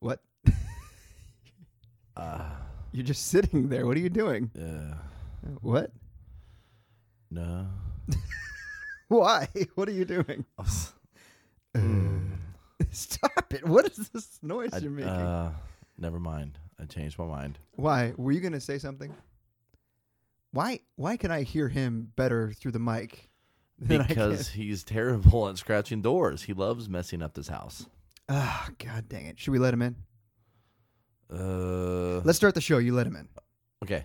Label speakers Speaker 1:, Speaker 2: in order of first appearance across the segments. Speaker 1: What?
Speaker 2: Uh,
Speaker 1: You're just sitting there. What are you doing?
Speaker 2: yeah.
Speaker 1: What?
Speaker 2: No.
Speaker 1: Why? What are you doing? Stop it. What is this noise
Speaker 2: Mm. I,
Speaker 1: you're making?
Speaker 2: uh, never mind. I changed my mind.
Speaker 1: Why? Were you going to say something? Why why can I hear him better through the mic? than I can?
Speaker 2: Because he's terrible at scratching doors. He loves messing up this house.
Speaker 1: Ah, god dang it. Should we let him in?
Speaker 2: Uh,
Speaker 1: Let's start the show. You let him in.
Speaker 2: okay.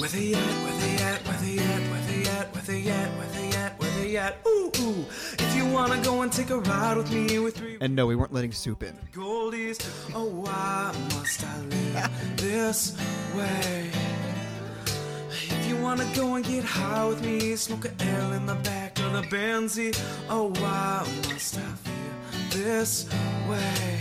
Speaker 3: Where they at, where they at, where they at, where they at, where they at, where they at, where they at, ooh, ooh. If you wanna go and take a ride with me with three
Speaker 1: And no, we weren't letting soup in.
Speaker 3: goldies, oh, why must I live this way? If you wanna go and get high with me, smoke a L in the back of the Benzie, oh, why must I feel this way?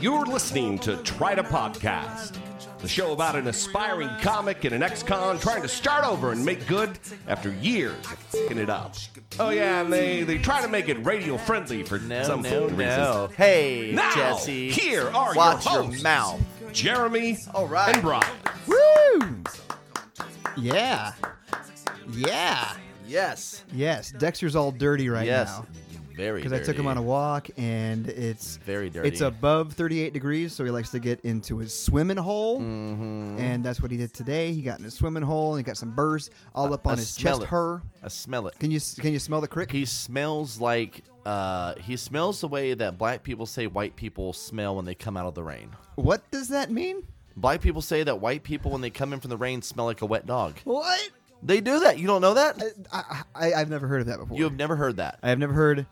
Speaker 4: You're listening to Try to Podcast, the show about an aspiring comic and an ex con trying to start over and make good after years of fing it up. Oh, yeah, and they, they try to make it radio friendly for
Speaker 2: No,
Speaker 4: some
Speaker 2: no,
Speaker 4: fucking
Speaker 2: no.
Speaker 4: reasons.
Speaker 2: Hey,
Speaker 4: Now,
Speaker 2: Jesse.
Speaker 4: here are
Speaker 2: watch
Speaker 4: your
Speaker 2: your,
Speaker 4: hosts.
Speaker 2: mouth.
Speaker 4: Jeremy
Speaker 1: All right.
Speaker 4: and Brian.
Speaker 1: Woo! Yeah. Yeah.
Speaker 2: Yes.
Speaker 1: Yes. Dexter's all dirty right
Speaker 2: yes.
Speaker 1: now.
Speaker 2: Very.
Speaker 1: Because I took him on a walk and it's
Speaker 2: Very dirty.
Speaker 1: It's above 38 degrees, so he likes to get into his swimming hole.
Speaker 2: Mm-hmm.
Speaker 1: And that's what he did today. He got in his swimming hole and he got some burrs all up
Speaker 2: I
Speaker 1: on his
Speaker 2: smell
Speaker 1: chest
Speaker 2: it.
Speaker 1: hair.
Speaker 2: I smell it.
Speaker 1: Can you can you smell the crick?
Speaker 2: He smells like. Uh, he smells the way that black people say white people smell when they come out of the rain.
Speaker 1: What does that mean?
Speaker 2: Black people say that white people, when they come in from the rain, smell like a wet dog.
Speaker 1: What?
Speaker 2: They do that. You don't know that?
Speaker 1: I, I, I've never heard of that before.
Speaker 2: You have never heard that.
Speaker 1: I have never heard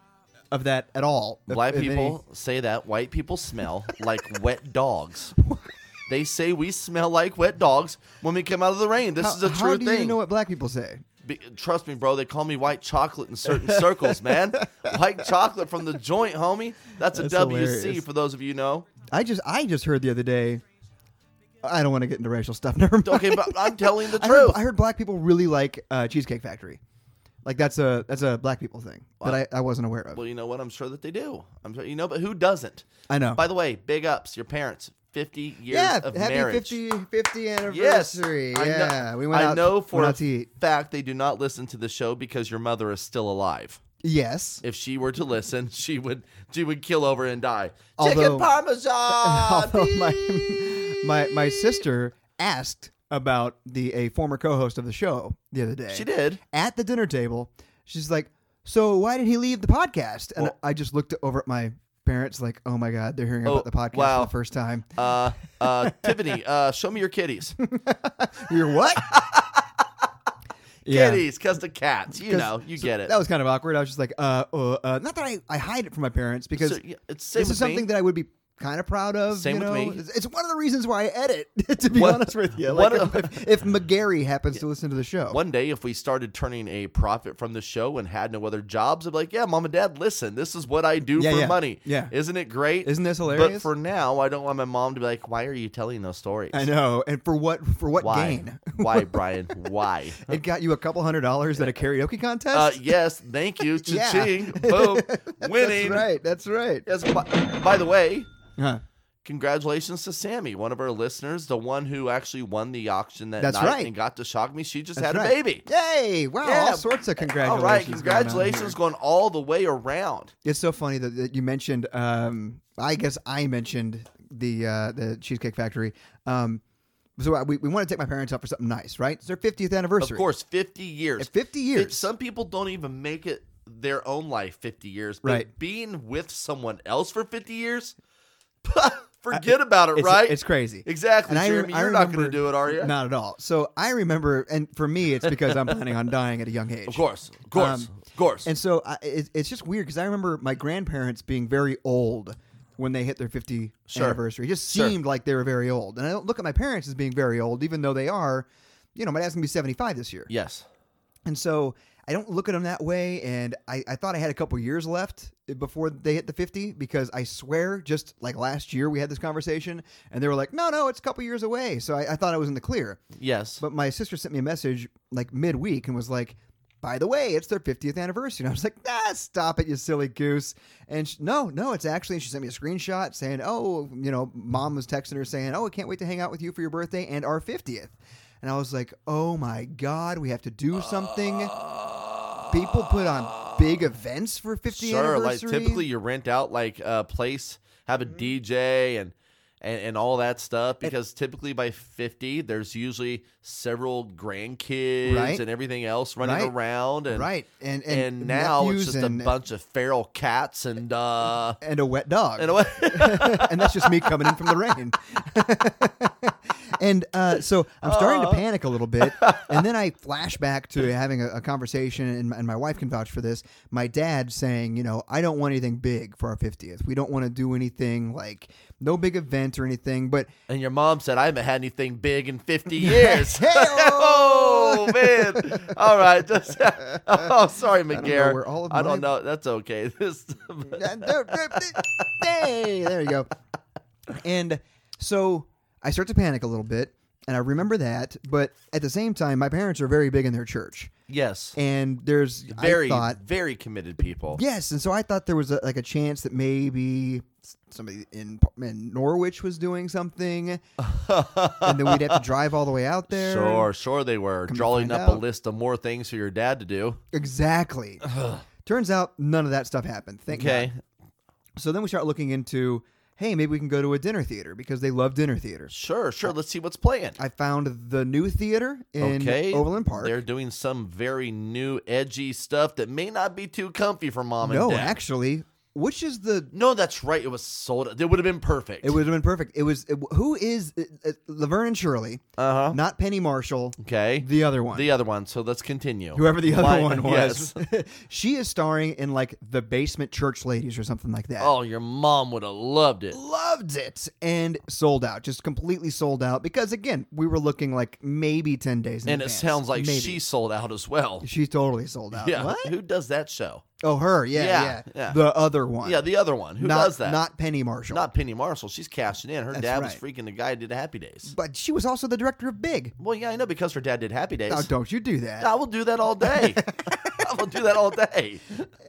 Speaker 1: of that at all. Of-
Speaker 2: Black
Speaker 1: of any-
Speaker 2: people say that white people smell like wet dogs. They say we smell like wet dogs when we come out of the rain. This
Speaker 1: How-
Speaker 2: is a
Speaker 1: how
Speaker 2: true
Speaker 1: do
Speaker 2: thing.
Speaker 1: you know what black people say?
Speaker 2: Be- trust me, bro. They call me white chocolate in certain circles, man. White chocolate from the joint, homie. That's a
Speaker 1: That's
Speaker 2: WC
Speaker 1: hilarious.
Speaker 2: for those of you who know.
Speaker 1: I just I just heard the other day. I don't want to get into racial stuff. Never mind.
Speaker 2: Okay, but I'm telling the
Speaker 1: I heard,
Speaker 2: truth.
Speaker 1: I heard black people really like uh, Cheesecake Factory. Like that's a that's a black people thing that I, I wasn't aware of.
Speaker 2: Well, you know what? I'm sure that they do. I'm sure, you know, but who doesn't?
Speaker 1: I know.
Speaker 2: By the way, big ups your parents. 50 years
Speaker 1: Oh. yeah,
Speaker 2: of
Speaker 1: happy
Speaker 2: marriage.
Speaker 1: 50, 50
Speaker 2: Yes,
Speaker 1: anniversary.
Speaker 2: I know-
Speaker 1: yeah, we went
Speaker 2: I
Speaker 1: out.
Speaker 2: know for
Speaker 1: went
Speaker 2: a
Speaker 1: out to eat.
Speaker 2: fact they do not listen to the show because your mother is still alive.
Speaker 1: Yes,
Speaker 2: If she were to listen, she would she would kill over and die.
Speaker 1: Although- Oh.
Speaker 2: Chicken parmesan.
Speaker 1: Although my, my my sister asked about the a former co-host of the show the other day.
Speaker 2: She did.
Speaker 1: at the dinner table. She's like, "So why did he leave the podcast?" And
Speaker 2: Well-
Speaker 1: I just looked over at my parents, like, "Oh my god, they're hearing
Speaker 2: Oh,
Speaker 1: about the podcast
Speaker 2: wow.
Speaker 1: for the first time."
Speaker 2: Uh, uh, Tiffany, uh, show me your kitties.
Speaker 1: You're what? Yeah.
Speaker 2: Kitties, cause the cats. You
Speaker 1: 'Cause-
Speaker 2: know, you
Speaker 1: so
Speaker 2: get it.
Speaker 1: That was kind of awkward. I was just like, uh, uh, uh not that I, I hide it from my parents because
Speaker 2: So, yeah, it's same
Speaker 1: this is
Speaker 2: with me.
Speaker 1: something that I would be kind of proud of.
Speaker 2: Same
Speaker 1: you
Speaker 2: with
Speaker 1: know?
Speaker 2: me.
Speaker 1: It's- It's one of the reasons why I edit, to be
Speaker 2: What-
Speaker 1: honest with you.
Speaker 2: what
Speaker 1: Like if, if, if McGarry happens to listen to the show,
Speaker 2: One day, if we started turning a profit from the show and had no other jobs, I'd be like, "Yeah, mom and dad, listen, this is what I do
Speaker 1: Yeah,
Speaker 2: for
Speaker 1: yeah,
Speaker 2: money.
Speaker 1: yeah.
Speaker 2: isn't it great?
Speaker 1: Isn't this
Speaker 2: But
Speaker 1: hilarious?
Speaker 2: for now, I don't want my mom to be like, "Why are you telling those stories?
Speaker 1: I know. And for what for what
Speaker 2: Why?
Speaker 1: gain?
Speaker 2: Why, Brian? Why?"
Speaker 1: It got you a couple hundred dollars at a karaoke contest.
Speaker 2: Uh, yes, thank you.
Speaker 1: Yeah.
Speaker 2: Cha-ching. Boom.
Speaker 1: That's
Speaker 2: Winning.
Speaker 1: right. That's right.
Speaker 2: Yes, by, by the way,
Speaker 1: Huh.
Speaker 2: congratulations to Sammy, one of our listeners, the one who actually won the auction that
Speaker 1: That's
Speaker 2: night
Speaker 1: right.
Speaker 2: and got to shock me. She just
Speaker 1: That's
Speaker 2: had a
Speaker 1: right.
Speaker 2: baby.
Speaker 1: Yay! Wow!
Speaker 2: Yeah.
Speaker 1: All sorts of congratulations.
Speaker 2: All right,
Speaker 1: going on here.
Speaker 2: congratulations going all the way around.
Speaker 1: It's so funny that, that you mentioned. Um, I guess I mentioned the uh, the Cheesecake Factory. Um, so I, we, we want to take my parents out for something nice, right? It's their 50th anniversary.
Speaker 2: Of course, 50 years.
Speaker 1: At 50 years.
Speaker 2: It- some people don't even make it their own life 50 years. But
Speaker 1: Right.
Speaker 2: being with someone else for 50 years, forget about it,
Speaker 1: It's-
Speaker 2: right?
Speaker 1: It's crazy.
Speaker 2: Exactly,
Speaker 1: I
Speaker 2: Jeremy.
Speaker 1: rem- I
Speaker 2: You're not going to
Speaker 1: remember-
Speaker 2: do it, are you?
Speaker 1: Not at all. So I remember, and for me, it's because I'm planning on dying at a young age.
Speaker 2: Of course, of course,
Speaker 1: Um,
Speaker 2: of course.
Speaker 1: And so I, it, it's just weird because I remember my grandparents being very old when they hit their 50
Speaker 2: Sure.
Speaker 1: anniversary. It just
Speaker 2: Sure.
Speaker 1: seemed like they were very old. And I don't look at my parents as being very old, even though they are. You know, my dad's going to be 75 this year.
Speaker 2: yes.
Speaker 1: And so I don't look at them that way. And I, I thought I had a couple years left before they hit the 50 because I swear, just like last year, we had this conversation and they were like, no, no, it's a couple years away. So I, I thought I was in the clear.
Speaker 2: Yes.
Speaker 1: But my sister sent me a message like midweek and was like, by the way, it's their 50th anniversary. And I was like, ah, stop it, you silly goose. And she, no, no, it's actually, she sent me a screenshot saying, oh, you know, mom was texting her saying, oh, I can't wait to hang out with you for your birthday and our 50th. And I was like, oh my God, we have to do something. People put on big events for 50
Speaker 2: Sure, like
Speaker 1: anniversary. Mm-hmm.
Speaker 2: typically you rent out like a place, have a DJ and and, and all that stuff because typically by 50 there's usually several grandkids
Speaker 1: Right.
Speaker 2: and everything else running
Speaker 1: Right.
Speaker 2: around and
Speaker 1: Right, and-
Speaker 2: and,
Speaker 1: and
Speaker 2: now it's
Speaker 1: nephews
Speaker 2: just
Speaker 1: and-
Speaker 2: a bunch of feral cats and uh
Speaker 1: and a wet dog.
Speaker 2: and what
Speaker 1: and that's just me coming in from the rain. and uh, so I'm starting to panic a little bit. And then I flash back to having a, a conversation, and, and my wife can vouch for this. My dad saying, you know, I don't want anything big for our 50th. We don't want to do anything like no big event or anything. But
Speaker 2: and your mom said I haven't had anything big in 50 years.
Speaker 1: Hey-o!
Speaker 2: oh man. All right. Just, oh sorry McGarry.
Speaker 1: where all of
Speaker 2: I don't
Speaker 1: my-
Speaker 2: know. That's okay. This
Speaker 1: uh, hey, there you go. And so I start to panic a little bit. And I remember that, but at the same time, my parents are very big in their church,
Speaker 2: Yes.
Speaker 1: and there's
Speaker 2: very
Speaker 1: I thought,
Speaker 2: very committed people.
Speaker 1: Yes, and so I thought there was a, like a chance that maybe s- somebody in, in Norwich was doing something, and then we'd have to drive all the way out there.
Speaker 2: Sure, sure they were drawing
Speaker 1: find
Speaker 2: up a
Speaker 1: out.
Speaker 2: list of more things for your dad to do.
Speaker 1: exactly. Turns out none of that stuff happened. Thank God.
Speaker 2: Okay,
Speaker 1: So then we start looking into, hey, maybe we can go to a dinner theater because they love dinner theaters.
Speaker 2: sure, sure. Let's see what's playing.
Speaker 1: I found the new theater in
Speaker 2: okay,
Speaker 1: Overland Park.
Speaker 2: They're doing some very new, edgy stuff that may not be too comfy for mom
Speaker 1: no,
Speaker 2: and dad.
Speaker 1: actually, which is the
Speaker 2: no, that's right. It was sold. It would have been perfect.
Speaker 1: it would have been perfect. It was it, who is it, it, Laverne and Shirley,
Speaker 2: Uh huh.
Speaker 1: not Penny Marshall,
Speaker 2: Okay.
Speaker 1: the other one.
Speaker 2: The other one. So let's continue.
Speaker 1: whoever the other
Speaker 2: Why-
Speaker 1: one was.
Speaker 2: yes.
Speaker 1: she is starring in like the basement church ladies or something like that.
Speaker 2: Oh, your mom would have loved it.
Speaker 1: Loved it and sold out, just completely sold out. Because again, we were looking like maybe ten days. In
Speaker 2: And it
Speaker 1: advance.
Speaker 2: sounds like
Speaker 1: Maybe.
Speaker 2: she sold out as well.
Speaker 1: she's totally sold out.
Speaker 2: Yeah.
Speaker 1: What?
Speaker 2: Who does that show?
Speaker 1: Oh, her. Yeah,
Speaker 2: Yeah,
Speaker 1: yeah,
Speaker 2: yeah.
Speaker 1: The other one.
Speaker 2: Yeah, the other one. Who
Speaker 1: not,
Speaker 2: does that?
Speaker 1: Not Penny Marshall.
Speaker 2: Not Penny Marshall. She's cashing in. Her
Speaker 1: That's
Speaker 2: dad was
Speaker 1: right.
Speaker 2: freaking the guy who did Happy Days.
Speaker 1: But she was also the director of Big.
Speaker 2: Well, yeah, I know because her dad did Happy Days.
Speaker 1: Now, Oh, don't you do that?
Speaker 2: I will do that all day. I will do that all day.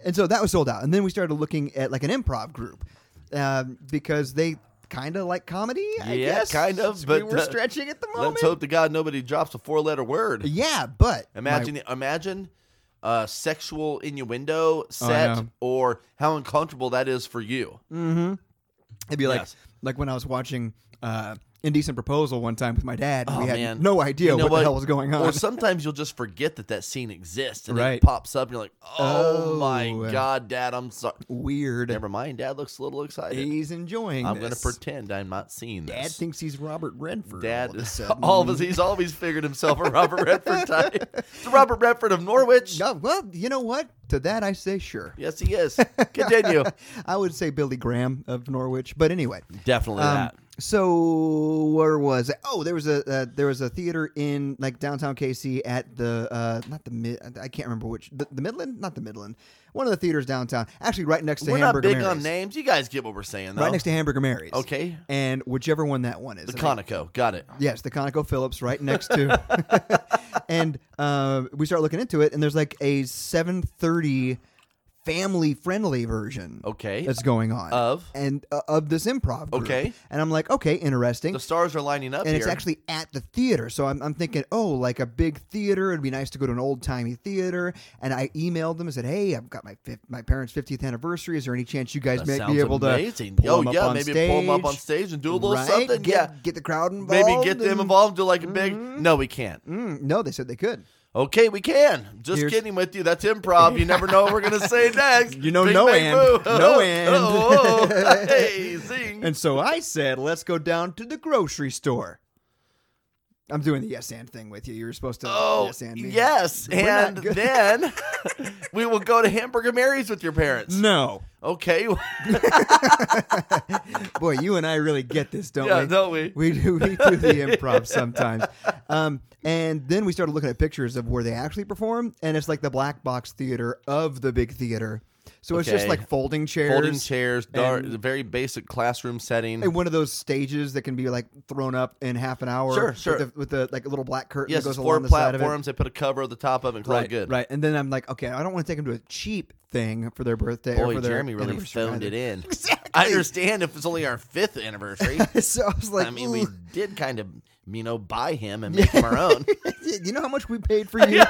Speaker 1: And so that was sold out. And then we started looking at like an improv group um, because they kind of like comedy. I
Speaker 2: Yeah,
Speaker 1: guess.
Speaker 2: kind of,
Speaker 1: So
Speaker 2: but,
Speaker 1: we were
Speaker 2: uh,
Speaker 1: stretching at the moment.
Speaker 2: Let's hope to God nobody drops a four-letter word.
Speaker 1: Yeah, but
Speaker 2: Imagine, imagine, uh, sexual innuendo set
Speaker 1: Oh, know.
Speaker 2: or how uncomfortable that is for you.
Speaker 1: my- it'd be like
Speaker 2: Yes.
Speaker 1: like when I was watching uh, Indecent Proposal one time with my dad. and
Speaker 2: Oh,
Speaker 1: we had
Speaker 2: man.
Speaker 1: no idea
Speaker 2: You know
Speaker 1: what, the hell was going on.
Speaker 2: Or sometimes you'll just forget that that scene exists, and
Speaker 1: Right.
Speaker 2: it pops up, and you're like, "Oh,
Speaker 1: Oh.
Speaker 2: my God, Dad, I'm sorry."
Speaker 1: Weird.
Speaker 2: Never mind. Dad looks a little excited.
Speaker 1: He's enjoying.
Speaker 2: I'm going to
Speaker 1: this.
Speaker 2: pretend I'm not seeing this.
Speaker 1: Dad thinks he's Robert Redford.
Speaker 2: Dad,
Speaker 1: all of a sudden.
Speaker 2: all of us, he's always figured himself a Robert Redford type. It's the Robert Redford of Norwich.
Speaker 1: No, well, you know what? To that I say sure.
Speaker 2: Yes, he is. Continue.
Speaker 1: I would say Billy Graham of Norwich, but anyway.
Speaker 2: Definitely
Speaker 1: Um, so where was it? Oh, there was a uh, there was a theater in like downtown KC at the uh, not the mid I can't remember which the, the Midland not the Midland one of the theaters downtown actually right next to
Speaker 2: We're not
Speaker 1: Hamburger
Speaker 2: big
Speaker 1: Mary's
Speaker 2: on names. You guys get what we're saying, though.
Speaker 1: right next to Hamburger Mary's
Speaker 2: Okay.
Speaker 1: and whichever one that one is
Speaker 2: the
Speaker 1: I think-
Speaker 2: Conoco. Got it.
Speaker 1: Yes, the Conoco Phillips right next to. and uh, we start looking into it, and there's like a 7:30 family-friendly version.
Speaker 2: Okay.
Speaker 1: that's going on
Speaker 2: Of?
Speaker 1: and uh, of this improv. group.
Speaker 2: Okay.
Speaker 1: and I'm like, okay, interesting.
Speaker 2: The stars are lining up
Speaker 1: and
Speaker 2: here.
Speaker 1: it's actually at the theater, so I'm, I'm thinking, oh, like a big theater. It'd be nice to go to an old timey theater. And I emailed them and said, hey, I've got my fif- my parents' 50th anniversary. Is there any chance you guys
Speaker 2: that
Speaker 1: may
Speaker 2: sounds
Speaker 1: be able
Speaker 2: amazing.
Speaker 1: to pull
Speaker 2: oh,
Speaker 1: them
Speaker 2: yeah,
Speaker 1: up on
Speaker 2: maybe
Speaker 1: stage?
Speaker 2: pull them up on stage and do a little
Speaker 1: right?
Speaker 2: something.
Speaker 1: Get,
Speaker 2: yeah.
Speaker 1: get the crowd involved. Mm-hmm.
Speaker 2: maybe get them
Speaker 1: and-
Speaker 2: involved. Do like a big. No, we can't.
Speaker 1: Mm, no, they said they could.
Speaker 2: Okay, we can. Just
Speaker 1: Here's-
Speaker 2: kidding with you. That's improv. You never know what we're gonna say next.
Speaker 1: You know,
Speaker 2: Big
Speaker 1: no
Speaker 2: bang,
Speaker 1: end.
Speaker 2: boom.
Speaker 1: No end.
Speaker 2: Oh, oh. Hey, zing.
Speaker 1: And so I said, let's go down to the grocery store. I'm doing the yes and thing with you. You were supposed to
Speaker 2: Oh,
Speaker 1: yes and me.
Speaker 2: yes.
Speaker 1: We're not
Speaker 2: And
Speaker 1: good.
Speaker 2: then we will go to Hamburger Mary's with your parents.
Speaker 1: No.
Speaker 2: Okay.
Speaker 1: Boy, you and I really get this, don't
Speaker 2: Yeah,
Speaker 1: we?
Speaker 2: don't we?
Speaker 1: We do, we do the improv sometimes. Um, and then we started looking at pictures of where they actually perform, and it's like the black box theater of the big theater. So it's just
Speaker 2: Okay.
Speaker 1: like folding chairs.
Speaker 2: folding chairs, dark,
Speaker 1: and-
Speaker 2: very basic classroom setting.
Speaker 1: And one of those stages that can be like thrown up in half an hour.
Speaker 2: Sure,
Speaker 1: with
Speaker 2: sure.
Speaker 1: the- With the, like little black curtain
Speaker 2: yes,
Speaker 1: that goes
Speaker 2: it's four
Speaker 1: along the side of it.
Speaker 2: platforms. They put a cover over the top of it. And call it
Speaker 4: Right,
Speaker 2: good.
Speaker 1: Right, and then I'm like, okay, I don't want to take them to a cheap thing for their birthday. or
Speaker 2: Boy,
Speaker 1: for their
Speaker 2: Jeremy really
Speaker 1: anniversary
Speaker 2: phoned it
Speaker 1: either.
Speaker 2: in. I understand if it's only our fifth anniversary.
Speaker 1: So I was like,
Speaker 2: I mean, we
Speaker 1: "Ooh,
Speaker 2: did kind of, you know, buy him and make him our own.
Speaker 1: you know how much we paid for you?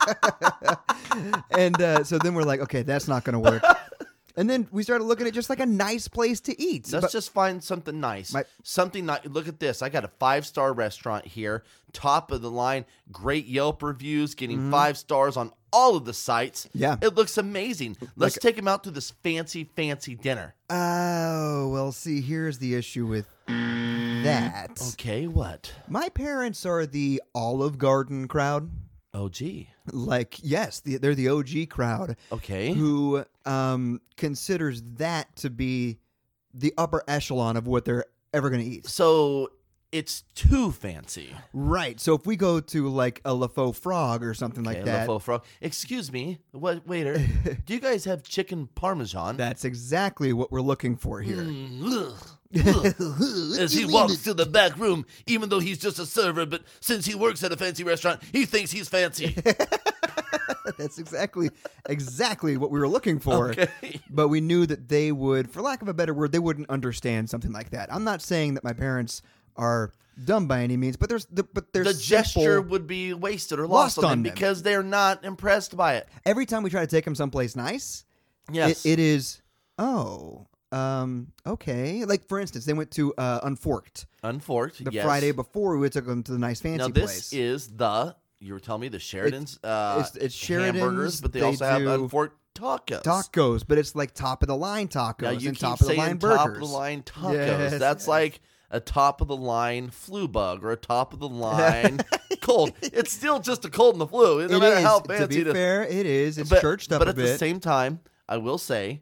Speaker 1: and uh, so then we're like, okay, that's not going to work. And then we started looking at just like a nice place to eat.
Speaker 2: Let's
Speaker 1: But-
Speaker 2: just find something nice.
Speaker 1: My-
Speaker 2: something nice. Look at this. I got a five star restaurant here, top of the line, great Yelp reviews, getting five stars on all of the sites.
Speaker 1: Mm-hmm. Yeah.
Speaker 2: It looks amazing. Let's take him out to this fancy, fancy dinner.
Speaker 1: oh, well, see, here's the issue with that.
Speaker 2: Okay, what?
Speaker 1: My parents are the Olive Garden crowd.
Speaker 2: Oh, gee.
Speaker 1: Like, yes, the, they're the OG crowd.
Speaker 2: Okay.
Speaker 1: who um, considers that to be the upper echelon of what they're ever going to eat.
Speaker 2: So it's too fancy.
Speaker 1: Right. So if we go to like a LaFoe frog or something like
Speaker 2: Okay,
Speaker 1: that,
Speaker 2: LaFoe frog. Excuse me, what waiter? do you guys have chicken parmesan?
Speaker 1: that's exactly what we're looking for here.
Speaker 2: Mm, ugh, ugh. As he walks to the back room, even though he's just a server, but since he works at a fancy restaurant, he thinks he's fancy.
Speaker 1: that's exactly exactly what we were looking for.
Speaker 2: Okay.
Speaker 1: But we knew that they would, for lack of a better word, they wouldn't understand something like that. I'm not saying that my parents are dumb by any means, but there's the, but there's
Speaker 2: the gesture
Speaker 1: simple-
Speaker 2: would be wasted or
Speaker 1: Lost
Speaker 2: lost, on,
Speaker 1: on
Speaker 2: them
Speaker 1: them.
Speaker 2: because they're not impressed by it.
Speaker 1: every time we try to take them someplace nice,
Speaker 2: Yes.
Speaker 1: it, it is. Oh, um, okay. Like for instance, they went to uh, Unforked
Speaker 2: Unforked.
Speaker 1: the
Speaker 2: yes.
Speaker 1: Friday before we took them to the nice fancy
Speaker 2: Now this
Speaker 1: place.
Speaker 2: is the you were telling me the Sheridan's uh,
Speaker 1: it's- it's Sheridan's,
Speaker 2: hamburgers, but they,
Speaker 1: they
Speaker 2: also have
Speaker 1: do
Speaker 2: Unforked tacos.
Speaker 1: tacos, but it's like top of the line tacos
Speaker 2: Now you
Speaker 1: and
Speaker 2: keep
Speaker 1: top of the
Speaker 2: saying
Speaker 1: line burgers.
Speaker 2: top of the line tacos.
Speaker 1: Yes,
Speaker 2: That's
Speaker 1: yes.
Speaker 2: like a top of the line flu bug or a top of the line cold. It's still just a cold and the flu. No
Speaker 1: It
Speaker 2: matter
Speaker 1: is,
Speaker 2: how
Speaker 1: to
Speaker 2: fancy
Speaker 1: be
Speaker 2: it is.
Speaker 1: fair, it is. It's
Speaker 2: but,
Speaker 1: churched up
Speaker 2: but
Speaker 1: a
Speaker 2: at
Speaker 1: bit.
Speaker 2: the same time, I will say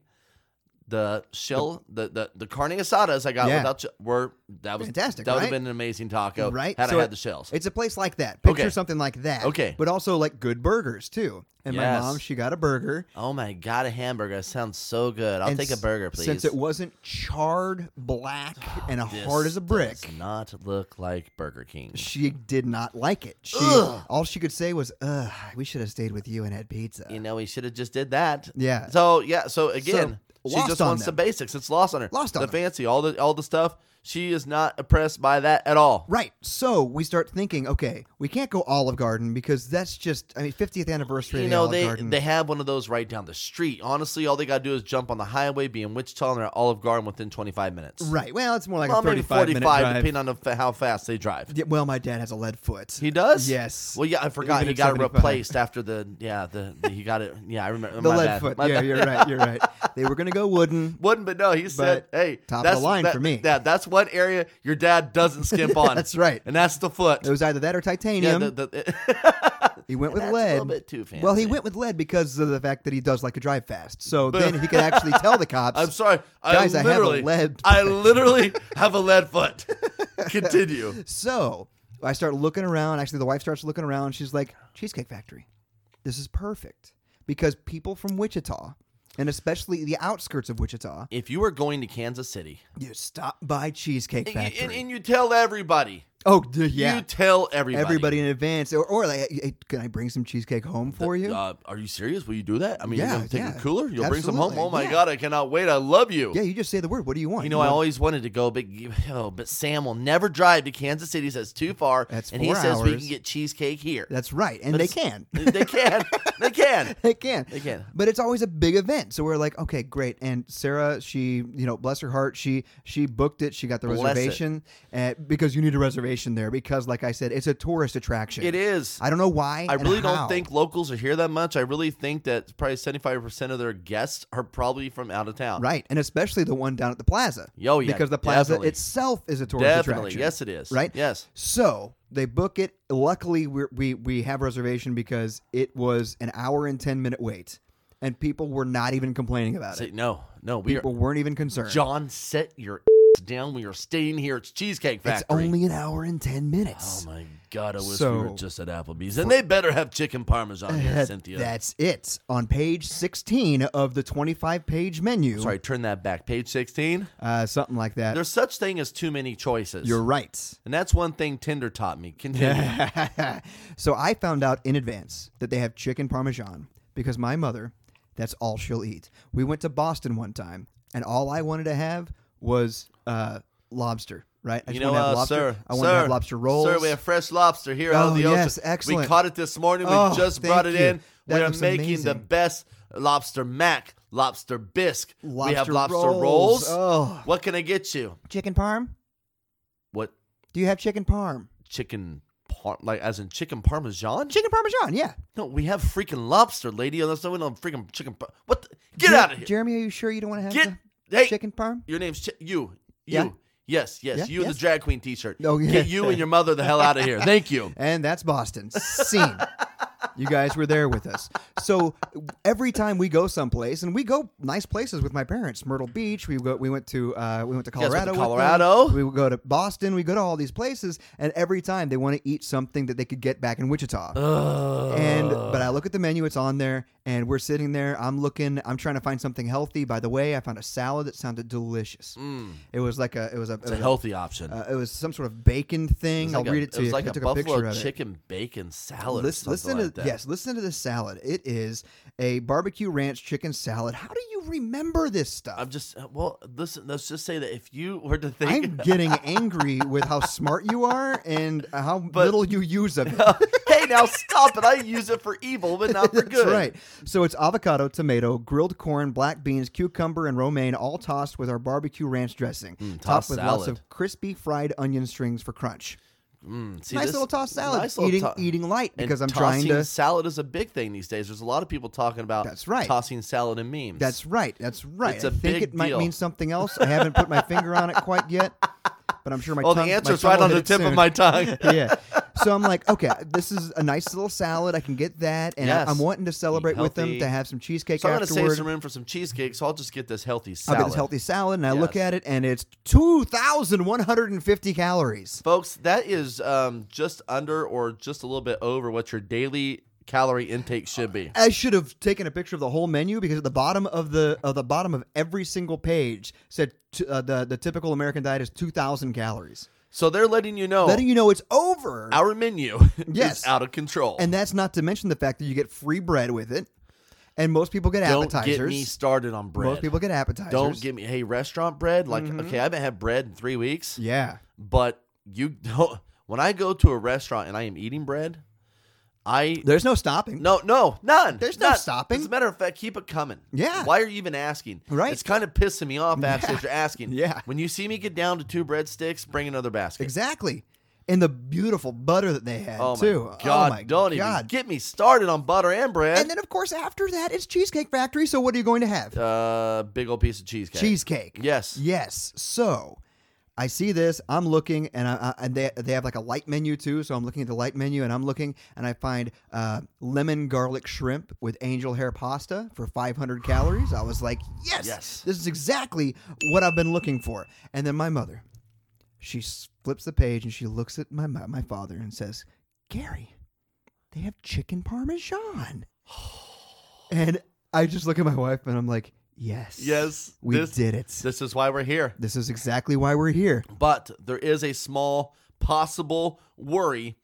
Speaker 2: the shell, the the, the carne asadas I got
Speaker 1: Yeah.
Speaker 2: without sh- were that was
Speaker 1: Fantastic,
Speaker 2: That would
Speaker 1: right?
Speaker 2: have been an amazing taco,
Speaker 1: right?
Speaker 2: Had
Speaker 1: So
Speaker 2: I
Speaker 1: it-
Speaker 2: had the shells.
Speaker 1: It's a place like that. Picture
Speaker 2: Okay.
Speaker 1: something like that.
Speaker 2: Okay.
Speaker 1: But also like good burgers too. And
Speaker 2: Yes.
Speaker 1: my mom, she got a burger.
Speaker 2: oh my god, a hamburger That sounds so good. I'll
Speaker 1: and
Speaker 2: take a
Speaker 1: s-
Speaker 2: burger, please. Oh,
Speaker 1: Since it wasn't charred, black, and
Speaker 2: This
Speaker 1: hard as a brick.
Speaker 2: does not look like Burger King.
Speaker 1: she did not like it. She all she could say was, "Ugh, we should have stayed with you and had pizza."
Speaker 2: you know, we should have just did that.
Speaker 1: Yeah.
Speaker 2: So yeah. So again, she
Speaker 1: lost
Speaker 2: just
Speaker 1: on
Speaker 2: wants
Speaker 1: them.
Speaker 2: the basics. It's lost on her.
Speaker 1: Lost on
Speaker 2: the
Speaker 1: them.
Speaker 2: fancy, all the all the stuff. She is not oppressed by that at all.
Speaker 1: Right. So we start thinking, okay, we can't go Olive Garden because that's just I mean, 50th anniversary.
Speaker 2: You
Speaker 1: of
Speaker 2: know,
Speaker 1: Olive
Speaker 2: they
Speaker 1: Garden.
Speaker 2: they have one of those right down the street. Honestly, all they gotta do is jump on the highway, be in Wichita, and they're at Olive Garden within 25 minutes.
Speaker 1: right. Well, it's more like
Speaker 2: Well,
Speaker 1: a
Speaker 2: maybe
Speaker 1: 35 minute
Speaker 2: 45,
Speaker 1: drive.
Speaker 2: depending on the, fa- how fast they drive.
Speaker 1: Yeah, well, my dad has a lead foot.
Speaker 2: He does.
Speaker 1: Yes.
Speaker 2: Well, yeah, I forgot.
Speaker 1: Even
Speaker 2: He
Speaker 1: at
Speaker 2: got it
Speaker 1: 75.
Speaker 2: replaced after the yeah the, the- he got it. Yeah, I remember
Speaker 1: the
Speaker 2: my
Speaker 1: lead
Speaker 2: bad.
Speaker 1: foot.
Speaker 2: My
Speaker 1: yeah,
Speaker 2: bad.
Speaker 1: you're right. You're right. They were gonna go wooden.
Speaker 2: Wouldn't, but no, he said, "Hey,
Speaker 1: top of
Speaker 2: that's
Speaker 1: the line
Speaker 2: that-
Speaker 1: for me."
Speaker 2: Yeah, that's one area your dad doesn't skimp on.
Speaker 1: That's right.
Speaker 2: and that's the foot.
Speaker 1: It was either that or
Speaker 2: yeah,
Speaker 1: titanium.
Speaker 2: the, the-
Speaker 1: he went with
Speaker 2: That's a
Speaker 1: lead.
Speaker 2: little bit too
Speaker 1: Well, he
Speaker 2: fancy.
Speaker 1: went with lead because of the fact that he does like to drive fast. So then he could actually tell the cops.
Speaker 2: I'm sorry,
Speaker 1: Guys, I
Speaker 2: I
Speaker 1: have a
Speaker 2: literally,
Speaker 1: lead-
Speaker 2: I literally have a lead foot. Continue.
Speaker 1: So I start looking around. Actually, the wife starts looking around. She's like, Cheesecake Factory. This is perfect because people from Wichita, and especially the outskirts of Wichita,
Speaker 2: If you were going to Kansas City,
Speaker 1: you stop by Cheesecake
Speaker 2: and you,
Speaker 1: Factory.
Speaker 2: and, and you tell everybody,
Speaker 1: oh, d- yeah.
Speaker 2: you tell everybody,
Speaker 1: Everybody in advance, or, or like, hey, can I bring some cheesecake home for you?
Speaker 2: Uh, are you serious? Will you do that? I mean,
Speaker 1: Yeah,
Speaker 2: you're gonna take
Speaker 1: yeah.
Speaker 2: a cooler. You'll bring some home.
Speaker 1: Absolutely,
Speaker 2: Oh my
Speaker 1: yeah.
Speaker 2: god, I cannot wait. I love you.
Speaker 1: yeah, you just say the word. What do you want?
Speaker 2: You know, I
Speaker 1: want-
Speaker 2: always wanted to go, but oh, but Sam will never drive to Kansas City. He says too far,
Speaker 1: That's
Speaker 2: and he
Speaker 1: four
Speaker 2: says we
Speaker 1: hours.
Speaker 2: can get cheesecake here.
Speaker 1: That's right, and
Speaker 2: But
Speaker 1: they
Speaker 2: it's-
Speaker 1: can.
Speaker 2: they can. They can.
Speaker 1: they can.
Speaker 2: They can.
Speaker 1: But it's always a big event. So we're like, okay, great. And Sarah, she, you know, bless her heart, she she booked it. She got the
Speaker 2: Bless it.
Speaker 1: reservation uh, because you need a reservation there because, like I said, it's a tourist attraction.
Speaker 2: It is.
Speaker 1: I don't know why.
Speaker 2: I
Speaker 1: and
Speaker 2: really
Speaker 1: how.
Speaker 2: don't think locals are here that much. I really think that probably seventy five percent of their guests are probably from out of town.
Speaker 1: Right, and especially the one down at the plaza.
Speaker 2: Yo, yeah,
Speaker 1: because the plaza
Speaker 2: definitely.
Speaker 1: itself is a tourist
Speaker 2: Definitely.
Speaker 1: attraction.
Speaker 2: Yes, it is.
Speaker 1: Right.
Speaker 2: Yes.
Speaker 1: So they book it. Luckily, we're, we we have reservation because it was an hour and ten minute wait, and people were not even complaining about
Speaker 2: Say,
Speaker 1: it.
Speaker 2: no, no, we
Speaker 1: People
Speaker 2: are.
Speaker 1: weren't even concerned.
Speaker 2: John, set your sit down. We are staying here. It's Cheesecake
Speaker 1: It's
Speaker 2: Factory.
Speaker 1: only an hour and 10 minutes.
Speaker 2: Oh my God! I wish we were
Speaker 1: So-
Speaker 2: just at Applebee's, and they better have chicken parmesan here,
Speaker 1: That-
Speaker 2: Cynthia.
Speaker 1: That's it. On page 16 of the 25 page menu.
Speaker 2: Sorry, turn that back. Page sixteen.
Speaker 1: Uh, something like that.
Speaker 2: There's such thing as too many choices.
Speaker 1: You're right.
Speaker 2: and that's one thing Tinder taught me. Continue.
Speaker 1: so I found out in advance that they have chicken parmesan because my mother, that's all she'll eat. We went to Boston one time, and all I wanted to have was uh, lobster. Right? I
Speaker 2: You
Speaker 1: just
Speaker 2: know,
Speaker 1: wanted to have
Speaker 2: uh,
Speaker 1: lobster.
Speaker 2: sir,
Speaker 1: I
Speaker 2: sir,
Speaker 1: wanted to have lobster rolls.
Speaker 2: Sir, we have fresh lobster here out of
Speaker 1: Oh,
Speaker 2: the
Speaker 1: yes,
Speaker 2: ocean. We
Speaker 1: excellent.
Speaker 2: caught it this morning. We
Speaker 1: Oh,
Speaker 2: just
Speaker 1: thank
Speaker 2: brought it
Speaker 1: you.
Speaker 2: in.
Speaker 1: That
Speaker 2: we are
Speaker 1: looks
Speaker 2: making the
Speaker 1: amazing.
Speaker 2: best lobster mac, lobster bisque. we have
Speaker 1: Lobster
Speaker 2: lobster rolls.
Speaker 1: rolls. Oh.
Speaker 2: What can I get you?
Speaker 1: chicken parm.
Speaker 2: What
Speaker 1: Do you have chicken parm?
Speaker 2: chicken? Par- like as in chicken parmesan?
Speaker 1: Chicken parmesan, yeah.
Speaker 2: No, we have freaking lobster, lady. Unless we don't have freaking chicken. Par- what? The- get
Speaker 1: Jer-
Speaker 2: out of here.
Speaker 1: Jeremy, are you sure you don't want to have
Speaker 2: Get-
Speaker 1: the
Speaker 2: hey.
Speaker 1: chicken parm?
Speaker 2: Your name's Ch- you. You.
Speaker 1: Yeah.
Speaker 2: Yes, yes.
Speaker 1: Yeah,
Speaker 2: you in the
Speaker 1: yes.
Speaker 2: drag queen T-shirt.
Speaker 1: Oh, yeah. Uh,
Speaker 2: Get you and your mother the hell out of here. Thank you.
Speaker 1: And that's Boston. Scene. you guys were there with us. So every time we go someplace, and we go nice places with my parents, Myrtle Beach. We go. We went to. Uh, we went to
Speaker 2: guys went
Speaker 1: Colorado.
Speaker 2: to
Speaker 1: with them.
Speaker 2: Colorado?
Speaker 1: We would go to Boston. We go to all these places, and every time they want to eat something that they could get back in Wichita. And but I look at the menu. It's on there, and we're sitting there. I'm looking. I'm trying to find something healthy. By the way, I found a salad that sounded delicious. It was like a. It was a.
Speaker 2: Mm. It's a healthy option.
Speaker 1: Uh, it was some sort of bacon thing.
Speaker 2: It's
Speaker 1: I'll
Speaker 2: like a-
Speaker 1: read it to
Speaker 2: was
Speaker 1: you.
Speaker 2: like
Speaker 1: I
Speaker 2: a
Speaker 1: took a
Speaker 2: buffalo
Speaker 1: picture of it.
Speaker 2: chicken bacon salad.
Speaker 1: Lis-
Speaker 2: or
Speaker 1: listen
Speaker 2: something like
Speaker 1: to
Speaker 2: that.
Speaker 1: yes, listen to this salad. It is a barbecue ranch chicken salad. How do you remember this stuff?
Speaker 2: I'm just uh, well. Listen, let's just say that if you were to think,
Speaker 1: I'm getting angry with how smart you are and how little you use of it.
Speaker 2: hey, now stop it. I use it for evil, but not for
Speaker 1: That's
Speaker 2: good.
Speaker 1: right. So it's avocado, tomato, grilled corn, black beans, cucumber, and romaine, all tossed with our barbecue ranch dressing,
Speaker 2: Mm, tossed
Speaker 1: topped with lots
Speaker 2: salad.
Speaker 1: of crispy fried onion strings for crunch.
Speaker 2: Mm, see,
Speaker 1: nice
Speaker 2: this-
Speaker 1: little tossed salad.
Speaker 2: nice little
Speaker 1: eating
Speaker 2: to-
Speaker 1: eating light
Speaker 2: and
Speaker 1: because I'm trying
Speaker 2: tossing
Speaker 1: to.
Speaker 2: Salad is a big thing these days. There's a lot of people talking about
Speaker 1: That's right.
Speaker 2: tossing salad and memes.
Speaker 1: That's right. That's right.
Speaker 2: It's
Speaker 1: I
Speaker 2: a
Speaker 1: think
Speaker 2: big
Speaker 1: it might
Speaker 2: deal.
Speaker 1: mean something else. I haven't put my finger on it quite yet, but I'm sure my
Speaker 2: well,
Speaker 1: tongue.
Speaker 2: the
Speaker 1: my
Speaker 2: answer's
Speaker 1: tongue
Speaker 2: right
Speaker 1: will
Speaker 2: on
Speaker 1: hit
Speaker 2: the
Speaker 1: it
Speaker 2: tip of
Speaker 1: soon.
Speaker 2: my tongue.
Speaker 1: yeah. So I'm like, okay, this is a nice little salad. I can get that, and
Speaker 2: Yes.
Speaker 1: I, am wanting to celebrate with them
Speaker 2: healthy.
Speaker 1: to have some cheesecake
Speaker 2: So I'm gonna save
Speaker 1: afterward.
Speaker 2: some room for some cheesecake. So I'll just get this healthy
Speaker 1: I'll
Speaker 2: salad.
Speaker 1: get this healthy salad, and I look
Speaker 2: Yes.
Speaker 1: at it, and it's two thousand one hundred and fifty calories.
Speaker 2: folks. That is um, just under or just a little bit over what your daily calorie intake should be.
Speaker 1: I should have taken a picture of the whole menu because at the bottom of the of the bottom of every single page said t- uh, the the typical American diet is two thousand calories,
Speaker 2: So they're letting you know
Speaker 1: letting you know it's over.
Speaker 2: our menu is
Speaker 1: Yes.
Speaker 2: out of control.
Speaker 1: And that's not to mention the fact that you get free bread with it, and most people get
Speaker 2: don't
Speaker 1: appetizers.
Speaker 2: get me started on bread.
Speaker 1: Most people get appetizers.
Speaker 2: don't get me. Hey, restaurant bread. Like, okay, I haven't had bread in three weeks,
Speaker 1: Yeah.
Speaker 2: but you don't. When I go to a restaurant and I am eating bread, I
Speaker 1: There's no stopping.
Speaker 2: No, no, none.
Speaker 1: There's no
Speaker 2: None.
Speaker 1: stopping.
Speaker 2: As a matter of fact, keep it coming.
Speaker 1: Yeah.
Speaker 2: Why are you even asking?
Speaker 1: Right.
Speaker 2: It's kind of pissing me off, actually, that you're asking.
Speaker 1: Yeah.
Speaker 2: When you see me get down to two breadsticks, bring another basket.
Speaker 1: Exactly. And the beautiful butter that they had
Speaker 2: Oh, my
Speaker 1: too.
Speaker 2: God.
Speaker 1: oh my
Speaker 2: don't even
Speaker 1: God.
Speaker 2: get me started on butter and bread.
Speaker 1: and then of course after that it's Cheesecake Factory. So what are you going to have?
Speaker 2: uh, big old piece of cheesecake.
Speaker 1: Cheesecake.
Speaker 2: Yes.
Speaker 1: Yes. So I see this. I'm looking, and I, I, and they they have like a light menu too. So I'm looking at the light menu, and I'm looking, and I find uh, lemon garlic shrimp with angel hair pasta for 500 calories. I was like, yes,
Speaker 2: Yes.
Speaker 1: this is exactly what I've been looking for. And then my mother, she s- flips the page and she looks at my mo- my father and says, Gary, they have chicken parmesan. And I just look at my wife and I'm like, yes,
Speaker 2: Yes.
Speaker 1: we
Speaker 2: this,
Speaker 1: did it.
Speaker 2: This is why we're here.
Speaker 1: This is exactly why we're here.
Speaker 2: But there is a small possible worry.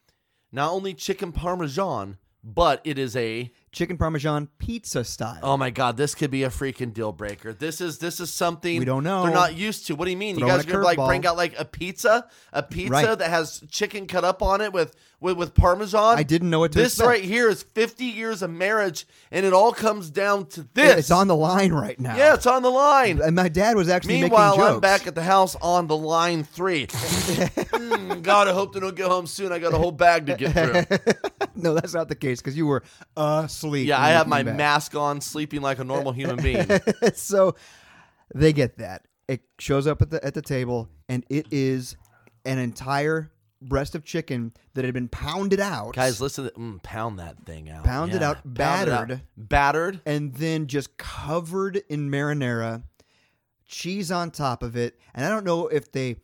Speaker 2: Not only chicken parmesan, but it is a
Speaker 1: Chicken Parmesan pizza style.
Speaker 2: Oh my god, this could be a freaking deal breaker. This is this is something
Speaker 1: We don't know.
Speaker 2: They're not used to. What do you mean?
Speaker 1: Throwing
Speaker 2: you guys
Speaker 1: a
Speaker 2: are gonna like
Speaker 1: curveball.
Speaker 2: bring out like a pizza, a pizza
Speaker 1: Right.
Speaker 2: that has chicken cut up on it with with, with parmesan.
Speaker 1: I didn't know what to
Speaker 2: this
Speaker 1: expect.
Speaker 2: right here is fifty years of marriage, and it all comes down to this.
Speaker 1: it's on the line right now.
Speaker 2: yeah, it's on the line.
Speaker 1: And my dad was actually
Speaker 2: Meanwhile,
Speaker 1: making jokes.
Speaker 2: I'm back at the house on the line three. Mm, God, I hope they don't get home soon. I got a whole bag to get through.
Speaker 1: no, that's not the case because you were asleep.
Speaker 2: Yeah,
Speaker 1: when
Speaker 2: I
Speaker 1: you
Speaker 2: have
Speaker 1: came
Speaker 2: my
Speaker 1: back.
Speaker 2: mask on, sleeping like a normal human being.
Speaker 1: so they get that. It shows up at the at the table, and it is an entire breast of chicken that had been pounded out,
Speaker 2: Guys, listen. To, mm, pound that thing out.
Speaker 1: Pound it out,
Speaker 2: pound it out.
Speaker 1: battered.
Speaker 2: battered.
Speaker 1: and then just covered in marinara, cheese on top of it, and I don't know if they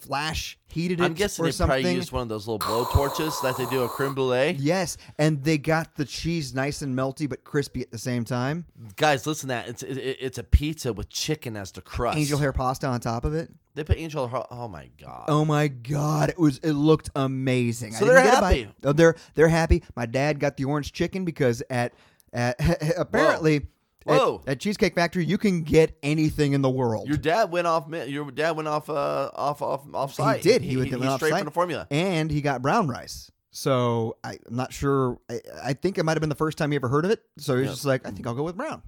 Speaker 1: flash heated it
Speaker 2: I'm guessing
Speaker 1: or
Speaker 2: they
Speaker 1: something.
Speaker 2: probably used one of those little blow torches that they do a creme brulee.
Speaker 1: Yes, and they got the cheese nice and melty but crispy at the same time.
Speaker 2: Guys, listen to that. It's it, it- it's a pizza with chicken as the crust.
Speaker 1: Angel hair pasta on top of it.
Speaker 2: They put angel hair. Oh my god.
Speaker 1: Oh my god, it was it looked amazing.
Speaker 2: So
Speaker 1: I didn't
Speaker 2: they're
Speaker 1: get a
Speaker 2: happy.
Speaker 1: bite. Oh, they're they're happy. My dad got the orange chicken because at at apparently at-
Speaker 2: Whoa.
Speaker 1: At, Cheesecake Factory you can get anything in the world.
Speaker 2: Your dad went off. mi- Your dad went off. Uh, off off off
Speaker 1: he
Speaker 2: site.
Speaker 1: did. He, went
Speaker 2: he,
Speaker 1: off
Speaker 2: straight
Speaker 1: site
Speaker 2: from the formula.
Speaker 1: and he got brown rice. So I, I'm not sure. I, I think it might have been the first time he ever heard of it. So he was just like, I think I'll go with brown.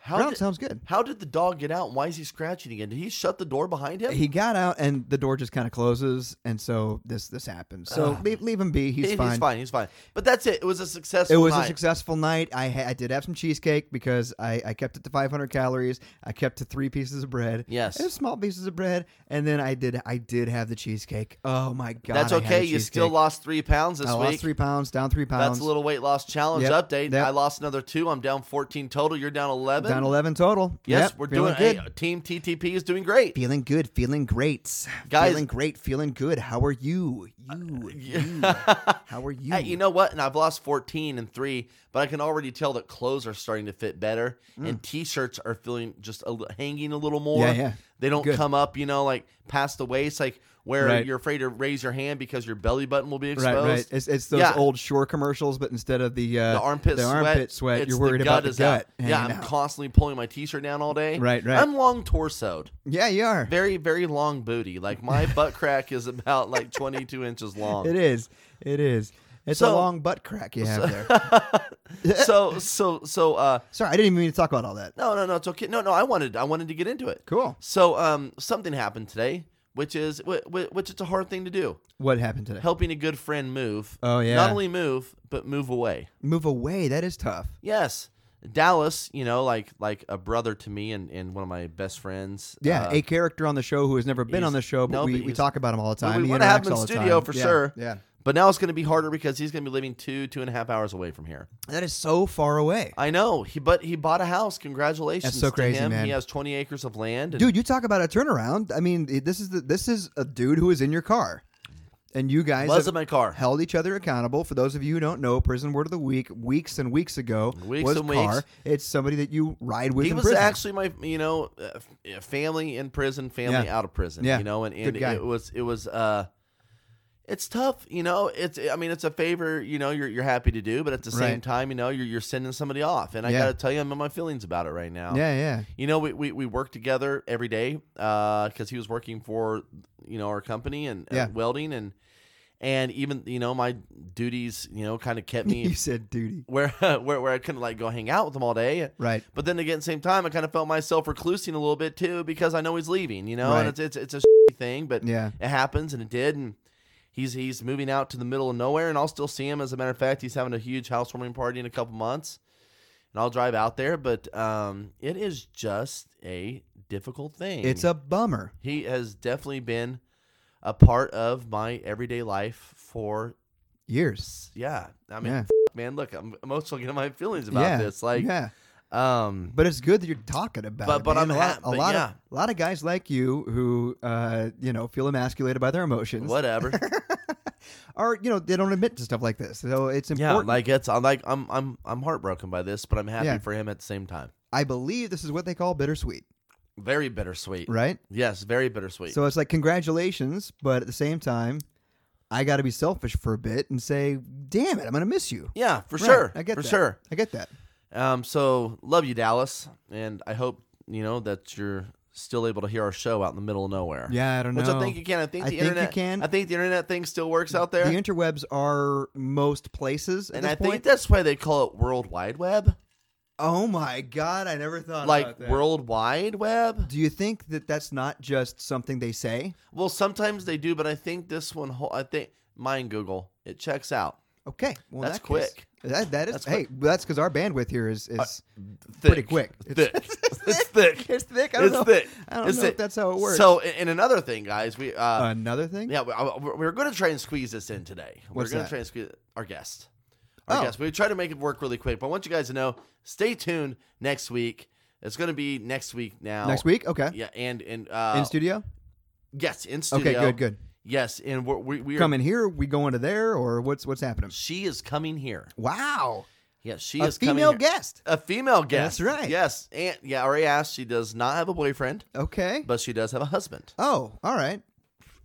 Speaker 2: How
Speaker 1: brown
Speaker 2: did,
Speaker 1: sounds good.
Speaker 2: How did the dog get out? And why is he scratching again? Did he shut the door behind him?
Speaker 1: He got out, and the door just kind of closes, and so this this happens. So leave, leave him be. He's
Speaker 2: He-
Speaker 1: fine.
Speaker 2: He's fine. He's fine. But that's it. It was a successful.
Speaker 1: It was
Speaker 2: night.
Speaker 1: a successful night. I, ha- I did have some cheesecake because I, I kept it to 500 calories. I kept to three pieces of bread.
Speaker 2: Yes.
Speaker 1: I had small pieces of bread, and then I did I did have the cheesecake. Oh my god,
Speaker 2: That's
Speaker 1: I had a
Speaker 2: okay. You still
Speaker 1: cheesecake.
Speaker 2: lost three pounds this
Speaker 1: I
Speaker 2: week.
Speaker 1: lost three pounds, down three pounds.
Speaker 2: That's a little weight loss challenge
Speaker 1: Yep,
Speaker 2: update.
Speaker 1: yep.
Speaker 2: I lost another two. I'm down 14 total. You're down 11.
Speaker 1: down 11 total.
Speaker 2: Yes,
Speaker 1: Yep,
Speaker 2: we're
Speaker 1: feeling
Speaker 2: doing
Speaker 1: good.
Speaker 2: hey, Team TTP is doing great.
Speaker 1: Feeling good, feeling great,
Speaker 2: Guys- Uh,
Speaker 1: feeling great, feeling good. How are you? You, you. How are you?
Speaker 2: Hey, you know what? And I've lost 14 and three, but I can already tell that clothes are starting to fit better, and t-shirts are feeling just a, li- hanging a little more.
Speaker 1: Mm. Yeah, yeah.
Speaker 2: They don't
Speaker 1: Good.
Speaker 2: come up, you know, like past the waist, like where
Speaker 1: Right.
Speaker 2: you're afraid to raise your hand because your belly button will be
Speaker 1: Right,
Speaker 2: exposed.
Speaker 1: right. It's, it's those
Speaker 2: Yeah.
Speaker 1: old shore commercials, but instead of the uh,
Speaker 2: the armpit
Speaker 1: the
Speaker 2: sweat,
Speaker 1: armpit sweat,
Speaker 2: it's
Speaker 1: you're worried
Speaker 2: the
Speaker 1: about
Speaker 2: gut
Speaker 1: the
Speaker 2: is out.
Speaker 1: gut. hanging
Speaker 2: Yeah, I'm
Speaker 1: out.
Speaker 2: constantly pulling my t-shirt down all day.
Speaker 1: Right, right.
Speaker 2: I'm long torsoed,
Speaker 1: yeah, you are.
Speaker 2: very, very long booty. Like my butt crack is about like 22 inches long.
Speaker 1: It is. It is. It's a
Speaker 2: So-
Speaker 1: long butt crack you have there.
Speaker 2: So, so, so, uh,
Speaker 1: Sorry, I didn't even mean to talk about all that.
Speaker 2: No, no, no, it's okay. No, no, I wanted, I wanted to get into it.
Speaker 1: Cool.
Speaker 2: So, um, something happened today, which is, wh- wh- which it's a hard thing to do.
Speaker 1: What happened today?
Speaker 2: Helping a good friend move.
Speaker 1: Oh, yeah.
Speaker 2: Not only move, but move away.
Speaker 1: Move away. That is tough.
Speaker 2: Yes, Dallas. You know, like like a brother to me, and, and one of my best friends.
Speaker 1: Yeah,
Speaker 2: uh,
Speaker 1: a character on the show who has never been
Speaker 2: he's-
Speaker 1: on the show, but
Speaker 2: no,
Speaker 1: we,
Speaker 2: but
Speaker 1: we
Speaker 2: he's-
Speaker 1: talk about him all the
Speaker 2: but
Speaker 1: time.
Speaker 2: we
Speaker 1: He
Speaker 2: want to have him in
Speaker 1: interacts all the
Speaker 2: studio
Speaker 1: time.
Speaker 2: for
Speaker 1: Yeah,
Speaker 2: sure.
Speaker 1: Yeah,
Speaker 2: But now it's going to be harder because he's going to be living two two and a half hours away from here.
Speaker 1: that is so far away,
Speaker 2: I know. He but he bought a house. Congratulations.
Speaker 1: That's so
Speaker 2: to
Speaker 1: crazy,
Speaker 2: him.
Speaker 1: man.
Speaker 2: He has twenty acres of land. and-
Speaker 1: dude. You talk about a turnaround. I mean, it- this is the, this is a dude who is in your car, and you guys
Speaker 2: was
Speaker 1: have
Speaker 2: in my car.
Speaker 1: held each other accountable. For those of you who don't know, prison word of the week weeks and weeks ago
Speaker 2: Weeks
Speaker 1: was
Speaker 2: and
Speaker 1: car.
Speaker 2: weeks.
Speaker 1: It's somebody that you ride with.
Speaker 2: he
Speaker 1: in
Speaker 2: was
Speaker 1: prison.
Speaker 2: actually my you know uh, f- family in prison family
Speaker 1: Yeah.
Speaker 2: out of prison
Speaker 1: Yeah.
Speaker 2: you know and, and
Speaker 1: Good guy.
Speaker 2: it was it was uh it's tough you know it's i mean it's a favor you know you're, you're happy to do but at the same
Speaker 1: Right.
Speaker 2: time you know you're, you're sending somebody off and i
Speaker 1: Yeah.
Speaker 2: gotta tell you i'm in my feelings about it right now
Speaker 1: Yeah, yeah.
Speaker 2: you know we, we, we work together every day because he was working for you know our company and uh,
Speaker 1: Yeah.
Speaker 2: welding and and even you know my duties you know kind of kept me
Speaker 1: You said duty.
Speaker 2: where, where where i couldn't like go hang out with him all day
Speaker 1: Right.
Speaker 2: but then again, same time, I kind of felt myself reclusing a little bit too because I know he's leaving, you know,
Speaker 1: Right.
Speaker 2: and it's it's it's a shitty thing, but
Speaker 1: Yeah.
Speaker 2: it happens and it did, and he's he's moving out to the middle of nowhere, and I'll still see him. As a matter of fact, he's having a huge housewarming party in a couple months, and I'll drive out there. But um, it is just a difficult thing.
Speaker 1: It's a bummer.
Speaker 2: he has definitely been a part of my everyday life for
Speaker 1: Years.
Speaker 2: yeah. I mean,
Speaker 1: Yeah.
Speaker 2: man, look, I'm emotional getting my feelings about
Speaker 1: yeah.
Speaker 2: this, like,
Speaker 1: yeah.
Speaker 2: um.
Speaker 1: But it's good that you're talking about
Speaker 2: But-
Speaker 1: it.
Speaker 2: but
Speaker 1: man.
Speaker 2: I'm
Speaker 1: a lot,
Speaker 2: ha-
Speaker 1: a
Speaker 2: but
Speaker 1: lot of
Speaker 2: yeah.
Speaker 1: a lot of guys like you who uh, you know, feel emasculated by their emotions.
Speaker 2: Whatever.
Speaker 1: Or, you know, they don't admit to stuff like this. So it's
Speaker 2: Yeah,
Speaker 1: important.
Speaker 2: like it's I'm like I'm I'm I'm heartbroken by this, but I'm happy
Speaker 1: Yeah.
Speaker 2: for him at the same time.
Speaker 1: I believe this is what they call bittersweet,
Speaker 2: Very bittersweet.
Speaker 1: right?
Speaker 2: Yes, very bittersweet.
Speaker 1: So it's like congratulations, but at the same time, I gotta be selfish for a bit and say, damn it, I'm gonna miss you.
Speaker 2: yeah, for
Speaker 1: Right,
Speaker 2: sure.
Speaker 1: I get
Speaker 2: for
Speaker 1: that.
Speaker 2: sure.
Speaker 1: I get that.
Speaker 2: Um so love you Dallas and I hope, you know, that you're still able to hear our show out in the middle of nowhere.
Speaker 1: Yeah, I don't
Speaker 2: Which
Speaker 1: know.
Speaker 2: I think you can. I think
Speaker 1: I
Speaker 2: the
Speaker 1: think you
Speaker 2: internet
Speaker 1: can.
Speaker 2: I think the internet thing still works out there.
Speaker 1: The interwebs are most places. At
Speaker 2: and
Speaker 1: this
Speaker 2: I
Speaker 1: point.
Speaker 2: think that's why they call it World Wide Web.
Speaker 1: Oh my god, I never thought about
Speaker 2: Like
Speaker 1: that.
Speaker 2: World Wide Web.
Speaker 1: Do you think that that's not just something they say?
Speaker 2: Well, sometimes they do, but I think this one whole I think mine Google. It checks out.
Speaker 1: Okay, well
Speaker 2: That's
Speaker 1: in that case-
Speaker 2: quick.
Speaker 1: that that is
Speaker 2: That's
Speaker 1: hey, that's because our bandwidth here is is
Speaker 2: Pretty
Speaker 1: quick.
Speaker 2: Thick.
Speaker 1: It's- it's
Speaker 2: It's
Speaker 1: thick.
Speaker 2: thick.
Speaker 1: It's thick. I don't
Speaker 2: it's
Speaker 1: know-
Speaker 2: thick.
Speaker 1: I don't
Speaker 2: It's
Speaker 1: know if
Speaker 2: thick.
Speaker 1: that's how it works.
Speaker 2: So, a- and another thing, guys, we uh,
Speaker 1: another thing.
Speaker 2: yeah, we, I- we- we're going to try and squeeze this in today.
Speaker 1: What's
Speaker 2: we're going
Speaker 1: that?
Speaker 2: to try and squeeze our guest. Our
Speaker 1: Oh.
Speaker 2: guest. We try to make it work really quick, but I want you guys to know. Stay tuned next week It's going to be next week now.
Speaker 1: Next week? Okay.
Speaker 2: Yeah, and and uh,
Speaker 1: in studio?
Speaker 2: Yes, in
Speaker 1: Okay,
Speaker 2: studio.
Speaker 1: good, good.
Speaker 2: Yes, and we're, we we are.
Speaker 1: Coming here, we going to there, or what's what's happening?
Speaker 2: She is coming here.
Speaker 1: Wow.
Speaker 2: Yes, she
Speaker 1: A
Speaker 2: is coming
Speaker 1: female
Speaker 2: here.
Speaker 1: guest.
Speaker 2: A female guest.
Speaker 1: That's right.
Speaker 2: Yes, and yeah, I already asked. She does not have a boyfriend,
Speaker 1: Okay.
Speaker 2: but she does have a husband.
Speaker 1: oh, all right.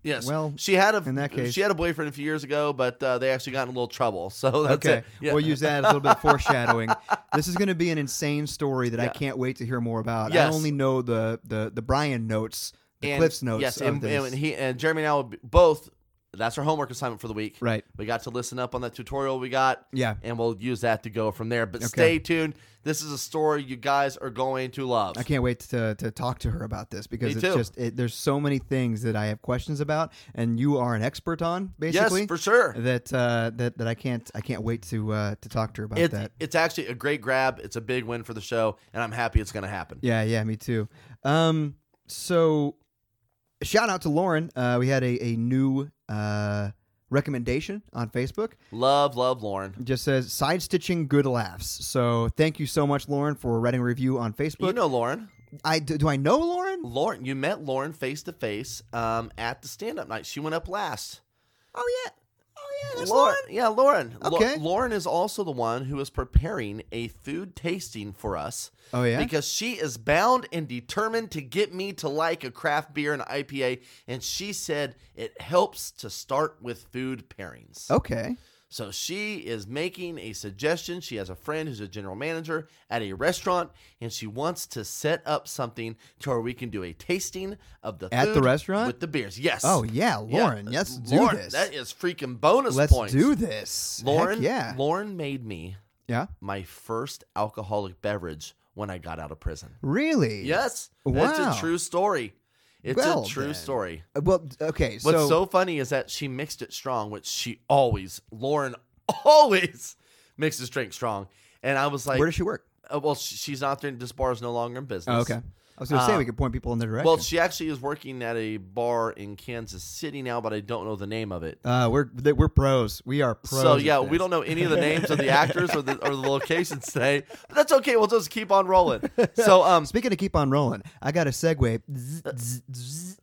Speaker 2: Yes.
Speaker 1: Well,
Speaker 2: she had a
Speaker 1: in that case-
Speaker 2: she had a boyfriend a few years ago, but uh, they actually got in a little trouble. So that's
Speaker 1: Okay.
Speaker 2: it. Yeah.
Speaker 1: We'll use that as a little bit of foreshadowing. This is going to be an insane story that I
Speaker 2: Yeah.
Speaker 1: can't wait to hear more about.
Speaker 2: Yes.
Speaker 1: I only know the the the Brian notes, the
Speaker 2: and,
Speaker 1: Cliff's notes.
Speaker 2: Yes,
Speaker 1: of
Speaker 2: and,
Speaker 1: this.
Speaker 2: and he and Jeremy and I will be- both. That's our homework assignment for the week.
Speaker 1: Right.
Speaker 2: We got to listen up on that tutorial we got.
Speaker 1: Yeah.
Speaker 2: And we'll use that to go from there. But
Speaker 1: Okay.
Speaker 2: stay tuned. This is a story you guys are going to love.
Speaker 1: I can't wait to, to talk to her about this because
Speaker 2: Me
Speaker 1: it's
Speaker 2: too.
Speaker 1: just it, there's so many things that I have questions about, and you are an expert on basically.
Speaker 2: Yes, for sure.
Speaker 1: That uh, that that I can't I can't wait to uh, to talk to her about
Speaker 2: It's
Speaker 1: that.
Speaker 2: it's actually a great grab. It's a big win for the show, and I'm happy it's going to happen.
Speaker 1: Yeah, yeah, me too. Um, so shout out to Lauren. Uh, we had a a new uh recommendation on Facebook.
Speaker 2: Love, love, Lauren.
Speaker 1: It just says side stitching good laughs. So thank you so much, Lauren, for writing a review on Facebook.
Speaker 2: you know Lauren.
Speaker 1: I do, do I know Lauren?
Speaker 2: Lauren, you met Lauren face to face um, at the stand up night. She went up last.
Speaker 1: Oh yeah, oh yeah, that's
Speaker 2: Lauren,
Speaker 1: Lauren.
Speaker 2: yeah, Lauren. Lau-
Speaker 1: Okay.
Speaker 2: Lauren is also the one who is preparing a food tasting for us.
Speaker 1: Oh, yeah?
Speaker 2: because she is bound and determined to get me to like a craft beer and IPA, and she said it helps to start with food pairings.
Speaker 1: Okay.
Speaker 2: So she is making a suggestion. She has a friend who's a general manager at a restaurant, and she wants to set up something to where we can do a tasting of the
Speaker 1: At the
Speaker 2: food
Speaker 1: restaurant?
Speaker 2: with the beers. Yes.
Speaker 1: Oh yeah, Lauren.
Speaker 2: Yeah.
Speaker 1: Yes, do
Speaker 2: Lauren,
Speaker 1: this.
Speaker 2: That is freaking bonus
Speaker 1: Let's
Speaker 2: points.
Speaker 1: do this, Heck
Speaker 2: Lauren.
Speaker 1: yeah,
Speaker 2: Lauren made me
Speaker 1: yeah.
Speaker 2: my first alcoholic beverage when I got out of prison.
Speaker 1: Really?
Speaker 2: Yes. It's
Speaker 1: Wow.
Speaker 2: a true story. It's
Speaker 1: Well,
Speaker 2: a true
Speaker 1: then.
Speaker 2: story.
Speaker 1: Uh, Well, okay.
Speaker 2: What's
Speaker 1: so,
Speaker 2: so, funny is that she mixed it strong, which she always, Lauren always mixes drink strong. And I was like,
Speaker 1: where does she work?
Speaker 2: uh, well, sh- she's not there. This bar is no longer in business.
Speaker 1: Oh, okay. I was going to say
Speaker 2: Uh,
Speaker 1: we could point people in the direction.
Speaker 2: Well, she actually is working at a bar in Kansas City now, but I don't know the name of it.
Speaker 1: uh, we're th- we're pros. We are pros.
Speaker 2: So
Speaker 1: at
Speaker 2: yeah, we
Speaker 1: this.
Speaker 2: don't know any of the names of the actors or the or the locations today. But that's okay. We'll just keep on rolling. So um,
Speaker 1: Speaking of keep on rolling, I got a segue. Zzz,
Speaker 2: Uh,
Speaker 1: zzz, zzz,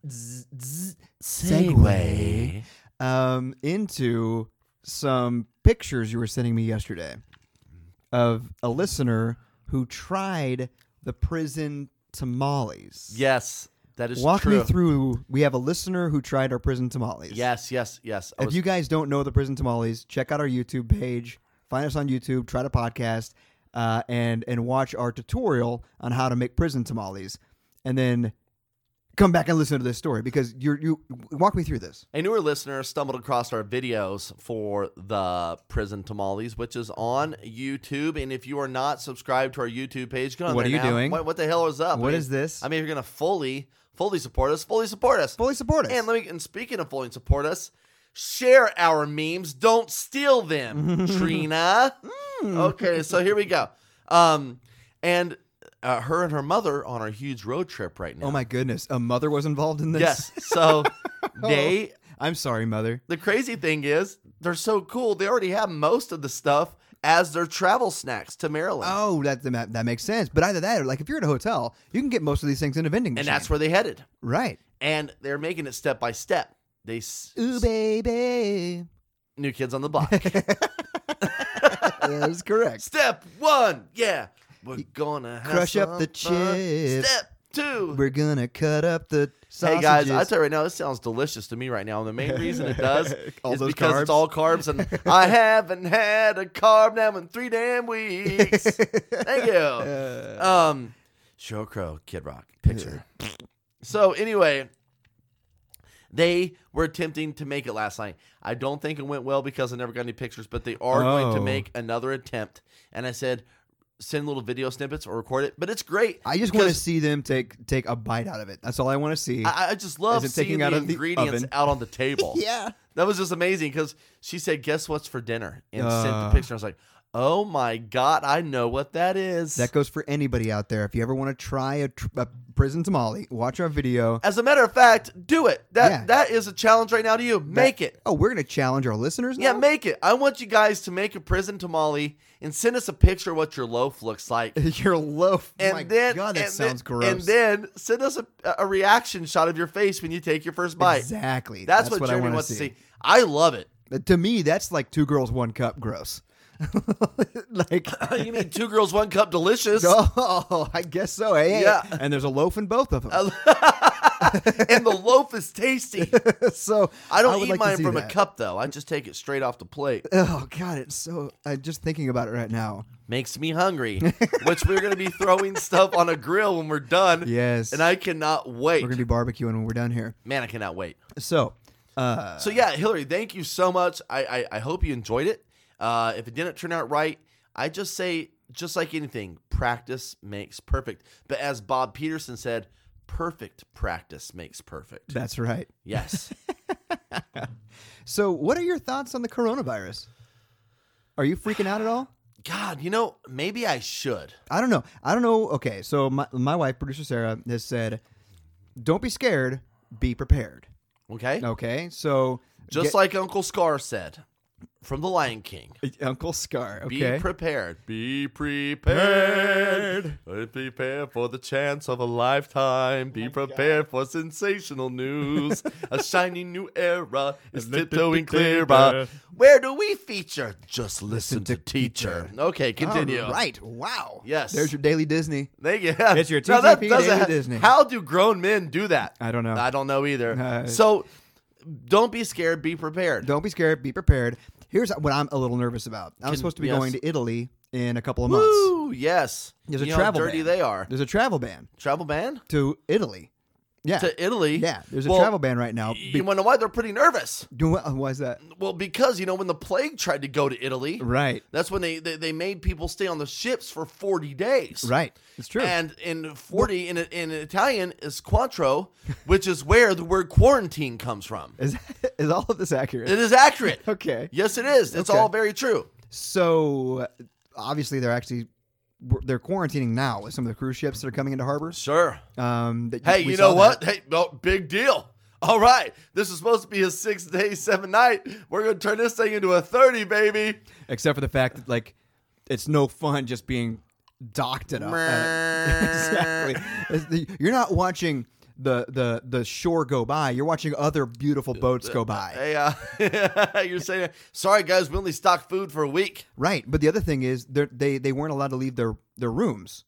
Speaker 1: zzz, zzz,
Speaker 2: Segway.
Speaker 1: um, into some pictures you were sending me yesterday of a listener who tried the prison tamales.
Speaker 2: yes, that is
Speaker 1: Walk
Speaker 2: true.
Speaker 1: me through. We have a listener who tried our prison tamales.
Speaker 2: Yes, yes, yes. I
Speaker 1: If
Speaker 2: was-
Speaker 1: you guys don't know the prison tamales, check out our YouTube page. Find us on YouTube. Try to podcast uh, and and watch our tutorial on how to make prison tamales, and then come back and listen to this story because you're you walk me through this.
Speaker 2: a newer listener stumbled across our videos for the prison tamales, which is on YouTube. And if you are not subscribed to our YouTube page, go on
Speaker 1: What
Speaker 2: there
Speaker 1: are you
Speaker 2: now.
Speaker 1: doing?
Speaker 2: What, what the hell is up?
Speaker 1: What
Speaker 2: What is
Speaker 1: is this?
Speaker 2: I mean, if you're gonna fully, fully support us, fully support us,
Speaker 1: Fully support us.
Speaker 2: And let me. And speaking of fully support us, share our memes. Don't steal them, Trina.
Speaker 1: Mm.
Speaker 2: Okay, so here we go. Um, and uh, her and her mother on our huge road trip right now.
Speaker 1: Oh my goodness, a mother was involved in this.
Speaker 2: Yes. So
Speaker 1: Oh.
Speaker 2: they.
Speaker 1: I'm sorry, mother.
Speaker 2: The crazy thing is, they're so cool. They already have most of the stuff as their travel snacks to Maryland.
Speaker 1: Oh, that that, that makes sense. But either that or like if you're at a hotel, you can get most of these things in a vending
Speaker 2: and
Speaker 1: machine.
Speaker 2: that's where they headed.
Speaker 1: right.
Speaker 2: And they're making it step by step. They s-
Speaker 1: Ooh, baby.
Speaker 2: new kids on the block.
Speaker 1: that is correct.
Speaker 2: step one, yeah, we're gonna have
Speaker 1: Crush up
Speaker 2: some
Speaker 1: the
Speaker 2: fun.
Speaker 1: chips.
Speaker 2: Step two,
Speaker 1: We're gonna cut up the sausages.
Speaker 2: Hey guys, I tell you right now, this sounds delicious to me right now. And the main reason it does
Speaker 1: All
Speaker 2: is
Speaker 1: those
Speaker 2: because
Speaker 1: carbs.
Speaker 2: it's all carbs, and I haven't had a carb now in three damn weeks. Thank you. Um, Sheryl Crow, Kid Rock, picture. so anyway, they were attempting to make it last night. I don't think it went well because I never got any pictures, but they are going to
Speaker 1: Oh.
Speaker 2: make another attempt. And I said, send little video snippets or record it. But it's great.
Speaker 1: I just want to
Speaker 2: because
Speaker 1: see them take take a bite out of it. That's all I want to see.
Speaker 2: I, I just love
Speaker 1: Is it taking
Speaker 2: seeing the
Speaker 1: out of the
Speaker 2: ingredients
Speaker 1: oven?
Speaker 2: out on the table.
Speaker 1: yeah.
Speaker 2: That was just amazing because she said, "Guess what's for dinner?" and sent
Speaker 1: Uh.
Speaker 2: the picture. I was like, Oh my God, I know what that is.
Speaker 1: That goes for anybody out there. If you ever want to try a, tr- a prison tamale, watch our video.
Speaker 2: As a matter of fact, do it. That
Speaker 1: Yeah.
Speaker 2: that is a challenge right now to you. Make it.
Speaker 1: Oh, we're gonna challenge our listeners.
Speaker 2: Yeah,
Speaker 1: now?
Speaker 2: make it. I want you guys to make a prison tamale and send us a picture of what your loaf looks like.
Speaker 1: your loaf.
Speaker 2: And
Speaker 1: My
Speaker 2: then,
Speaker 1: God, that
Speaker 2: and then-
Speaker 1: sounds gross.
Speaker 2: And then send us a, a reaction shot of your face when you take your first bite.
Speaker 1: exactly.
Speaker 2: That's, what,
Speaker 1: I
Speaker 2: Jeremy
Speaker 1: wanna
Speaker 2: wants to see. I love it.
Speaker 1: But To me, that's like two girls, one cup. Gross. like.
Speaker 2: you mean two girls, one cup, delicious?
Speaker 1: Oh, I guess so. Hey,
Speaker 2: Yeah.
Speaker 1: and there's a loaf in both of them.
Speaker 2: and the loaf is tasty.
Speaker 1: so
Speaker 2: I don't
Speaker 1: would
Speaker 2: eat
Speaker 1: like to
Speaker 2: mine
Speaker 1: see
Speaker 2: from
Speaker 1: that.
Speaker 2: a cup though. I just take it straight off the plate.
Speaker 1: Oh God, it's so. I'm just thinking about it right now.
Speaker 2: Makes me hungry. which we're gonna be throwing stuff on a grill when we're done.
Speaker 1: Yes.
Speaker 2: And I cannot wait.
Speaker 1: We're gonna be barbecuing when we're done here.
Speaker 2: Man, I cannot wait.
Speaker 1: So, Uh,
Speaker 2: So yeah, Hillary, thank you so much. I I, I hope you enjoyed it. Uh, if it didn't turn out right, I just say just like anything, practice makes perfect. But as Bob Peterson said, perfect practice makes perfect.
Speaker 1: that's right.
Speaker 2: Yes.
Speaker 1: So, what are your thoughts on the coronavirus? Are you freaking out at all?
Speaker 2: God, you know, maybe I should.
Speaker 1: I don't know. I don't know. Okay, so my, my wife, producer Sarah, has said, "Don't be scared. Be prepared."
Speaker 2: Okay.
Speaker 1: Okay, so
Speaker 2: Just
Speaker 1: get-
Speaker 2: like Uncle Scar said from The Lion King.
Speaker 1: Uncle Scar.
Speaker 2: Be
Speaker 1: Okay,
Speaker 2: prepared. Be prepared. Be prepared for the chance of a lifetime.
Speaker 1: Oh
Speaker 2: Be prepared for sensational news. a shiny new era is tiptoeing clearer. Where do we feature? Just listen, to, teacher. Okay, continue.
Speaker 1: All right. Wow.
Speaker 2: Yes.
Speaker 1: There's your daily Disney.
Speaker 2: Thank you. Yeah.
Speaker 1: It's your
Speaker 2: Now, that
Speaker 1: TTP
Speaker 2: doesn't
Speaker 1: David
Speaker 2: ha-
Speaker 1: Disney.
Speaker 2: How do grown men do that?
Speaker 1: I don't know.
Speaker 2: I don't know either.
Speaker 1: Uh,
Speaker 2: so don't be scared. Be prepared.
Speaker 1: Don't be scared. Be prepared. Here's what I'm a little nervous about. I'm
Speaker 2: Can-
Speaker 1: supposed to be
Speaker 2: yes.
Speaker 1: going to Italy in a couple of months.
Speaker 2: Woo! Yes.
Speaker 1: There's a
Speaker 2: you
Speaker 1: travel
Speaker 2: Know how dirty
Speaker 1: ban.
Speaker 2: they are.
Speaker 1: There's a travel ban
Speaker 2: Travel ban Ah.
Speaker 1: to Italy. Yeah.
Speaker 2: to Italy.
Speaker 1: yeah. There's a
Speaker 2: Well,
Speaker 1: travel ban right now. Be-
Speaker 2: You want to know why they're pretty nervous?
Speaker 1: wh- why is that?
Speaker 2: Well, because you know when the plague tried to go to Italy,
Speaker 1: Right.
Speaker 2: That's when they they, they made people stay on the ships for forty days,
Speaker 1: Right. It's true.
Speaker 2: And in forty in in Italian is quattro, which is where the word quarantine comes from.
Speaker 1: is, is all of this accurate?
Speaker 2: It is accurate.
Speaker 1: Okay.
Speaker 2: Yes, it is. It's
Speaker 1: Okay.
Speaker 2: all very true.
Speaker 1: So uh, obviously they're actually they're quarantining now with some of the cruise ships that are coming into harbors.
Speaker 2: Sure.
Speaker 1: Um, that
Speaker 2: Hey,
Speaker 1: we
Speaker 2: you
Speaker 1: saw
Speaker 2: know what?
Speaker 1: that.
Speaker 2: Hey, no, big deal. All right, this is supposed to be a six day, seven night. We're gonna turn this thing into a thirty, baby.
Speaker 1: Except for the fact that like it's no fun just being docked it up. exactly. It's the- You're not watching the the the shore go by. You're watching other beautiful boats go by.
Speaker 2: Hey, uh, you're saying, sorry guys, we only stock food for a week.
Speaker 1: Right. But the other thing is they're- they they weren't allowed to leave their their rooms.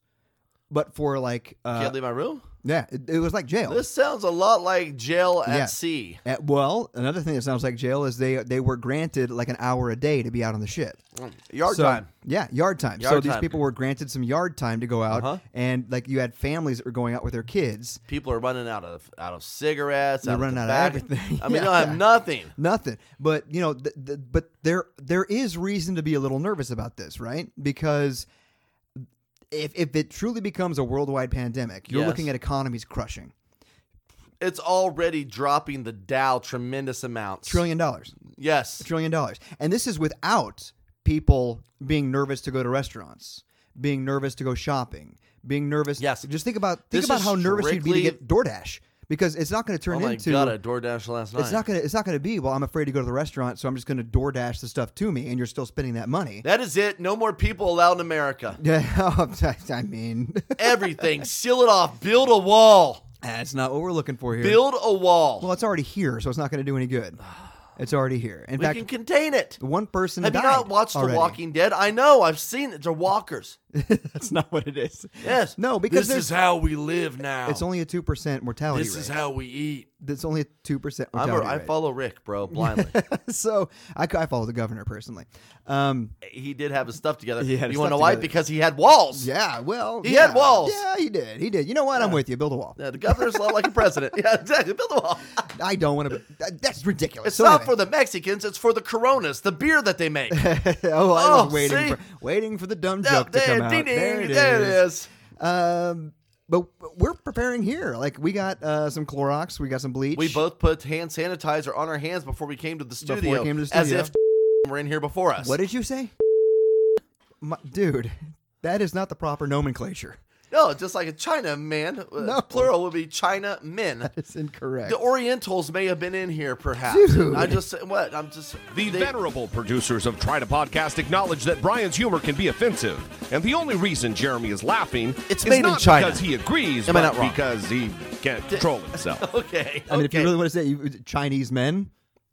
Speaker 1: But for like
Speaker 2: Can't
Speaker 1: uh,
Speaker 2: leave my room.
Speaker 1: yeah, it, it was like jail.
Speaker 2: This sounds a lot like jail at
Speaker 1: Yeah.
Speaker 2: sea.
Speaker 1: Uh, well, another thing that sounds like jail is they they were granted like an hour a day to be out on the ship.
Speaker 2: Yard
Speaker 1: so,
Speaker 2: time.
Speaker 1: Yeah, yard time. so
Speaker 2: Yard
Speaker 1: these
Speaker 2: time.
Speaker 1: people were granted some yard time to go out,
Speaker 2: Uh-huh.
Speaker 1: and like you had families that were going out with their kids.
Speaker 2: People are running out of out of cigarettes.
Speaker 1: They're
Speaker 2: out
Speaker 1: running out
Speaker 2: tobacco.
Speaker 1: of everything.
Speaker 2: I mean,
Speaker 1: Yeah.
Speaker 2: they'll have nothing.
Speaker 1: Nothing, but you know, th- th- but there there is reason to be a little nervous about this, right? Because if if it truly becomes a worldwide pandemic, you're
Speaker 2: Yes.
Speaker 1: looking at economies crushing
Speaker 2: It's already dropping the Dow tremendous amounts.
Speaker 1: trillion dollars,
Speaker 2: Yes.
Speaker 1: trillion dollars, and this is without people being nervous to go to restaurants, being nervous to go shopping, being nervous.
Speaker 2: Yes.
Speaker 1: just think about think
Speaker 2: This
Speaker 1: about
Speaker 2: is
Speaker 1: how nervous you'd be to
Speaker 2: strictly-
Speaker 1: get DoorDash because it's not going to
Speaker 2: Oh
Speaker 1: turn
Speaker 2: my
Speaker 1: into
Speaker 2: god, I DoorDash last night.
Speaker 1: It's not gonna. It's not gonna be. Well, I'm afraid to go to the restaurant, so I'm just gonna DoorDash the stuff to me, and you're still spending that money.
Speaker 2: that is it. No more people allowed in America.
Speaker 1: Yeah, I mean,
Speaker 2: Everything. Seal it off. Build a wall.
Speaker 1: that's not what we're looking for here.
Speaker 2: Build a wall.
Speaker 1: well, it's already here, so it's not gonna do any good. It's already here. In
Speaker 2: we
Speaker 1: fact,
Speaker 2: can contain it.
Speaker 1: one person.
Speaker 2: Have you
Speaker 1: died
Speaker 2: not watched
Speaker 1: already.
Speaker 2: The Walking Dead? I know. I've seen it. They're walkers.
Speaker 1: that's not what it is.
Speaker 2: Yes.
Speaker 1: No, because
Speaker 2: this
Speaker 1: there's-
Speaker 2: is how we live now.
Speaker 1: It's only a two percent mortality
Speaker 2: this
Speaker 1: rate.
Speaker 2: is how we eat.
Speaker 1: It's only a two percent
Speaker 2: I'm a,
Speaker 1: mortality
Speaker 2: I
Speaker 1: rate.
Speaker 2: follow Rick, bro, blindly.
Speaker 1: so I, I follow the governor personally. Um,
Speaker 2: he did have his stuff together.
Speaker 1: He had his
Speaker 2: you want to know
Speaker 1: stuff
Speaker 2: why?
Speaker 1: together.
Speaker 2: Because he had walls.
Speaker 1: yeah. Well,
Speaker 2: He
Speaker 1: yeah.
Speaker 2: had walls.
Speaker 1: Yeah, he did. He did. You know what? I'm with you. Build a wall.
Speaker 2: Yeah, the governor's a lot like a president. Yeah, exactly. Build a wall.
Speaker 1: I don't want to. That's ridiculous.
Speaker 2: It's
Speaker 1: So
Speaker 2: not
Speaker 1: anyway.
Speaker 2: for the Mexicans. It's for the Coronas, the beer that they make.
Speaker 1: oh, I was
Speaker 2: Oh,
Speaker 1: waiting
Speaker 2: see?
Speaker 1: for waiting for the dumb
Speaker 2: Yeah,
Speaker 1: joke to come
Speaker 2: there,
Speaker 1: out.
Speaker 2: ding, ding,
Speaker 1: there it is.
Speaker 2: there it is.
Speaker 1: Um, but we're preparing here. Like we got uh, some Clorox, we got some bleach.
Speaker 2: We both put hand sanitizer on our hands before we came to the studio.
Speaker 1: Before we came to the
Speaker 2: As
Speaker 1: studio.
Speaker 2: if were in here before us.
Speaker 1: What did you say? my, dude, that is not the proper nomenclature.
Speaker 2: No, just like a China man. uh,
Speaker 1: No.
Speaker 2: Plural would be China men.
Speaker 1: That's incorrect.
Speaker 2: The Orientals may have been in here, perhaps.
Speaker 1: Dude.
Speaker 2: I just what I'm just
Speaker 4: The
Speaker 2: they-
Speaker 4: venerable producers of Try to Podcast acknowledge that Brian's humor can be offensive, and the only reason Jeremy is laughing
Speaker 2: It's
Speaker 4: is
Speaker 2: made in
Speaker 4: not
Speaker 2: China.
Speaker 4: because he agrees,
Speaker 2: Am I
Speaker 4: but
Speaker 2: not wrong?
Speaker 4: because he can't control himself.
Speaker 2: Okay,
Speaker 1: I mean, if
Speaker 2: okay.
Speaker 1: you really want to say you, Chinese men,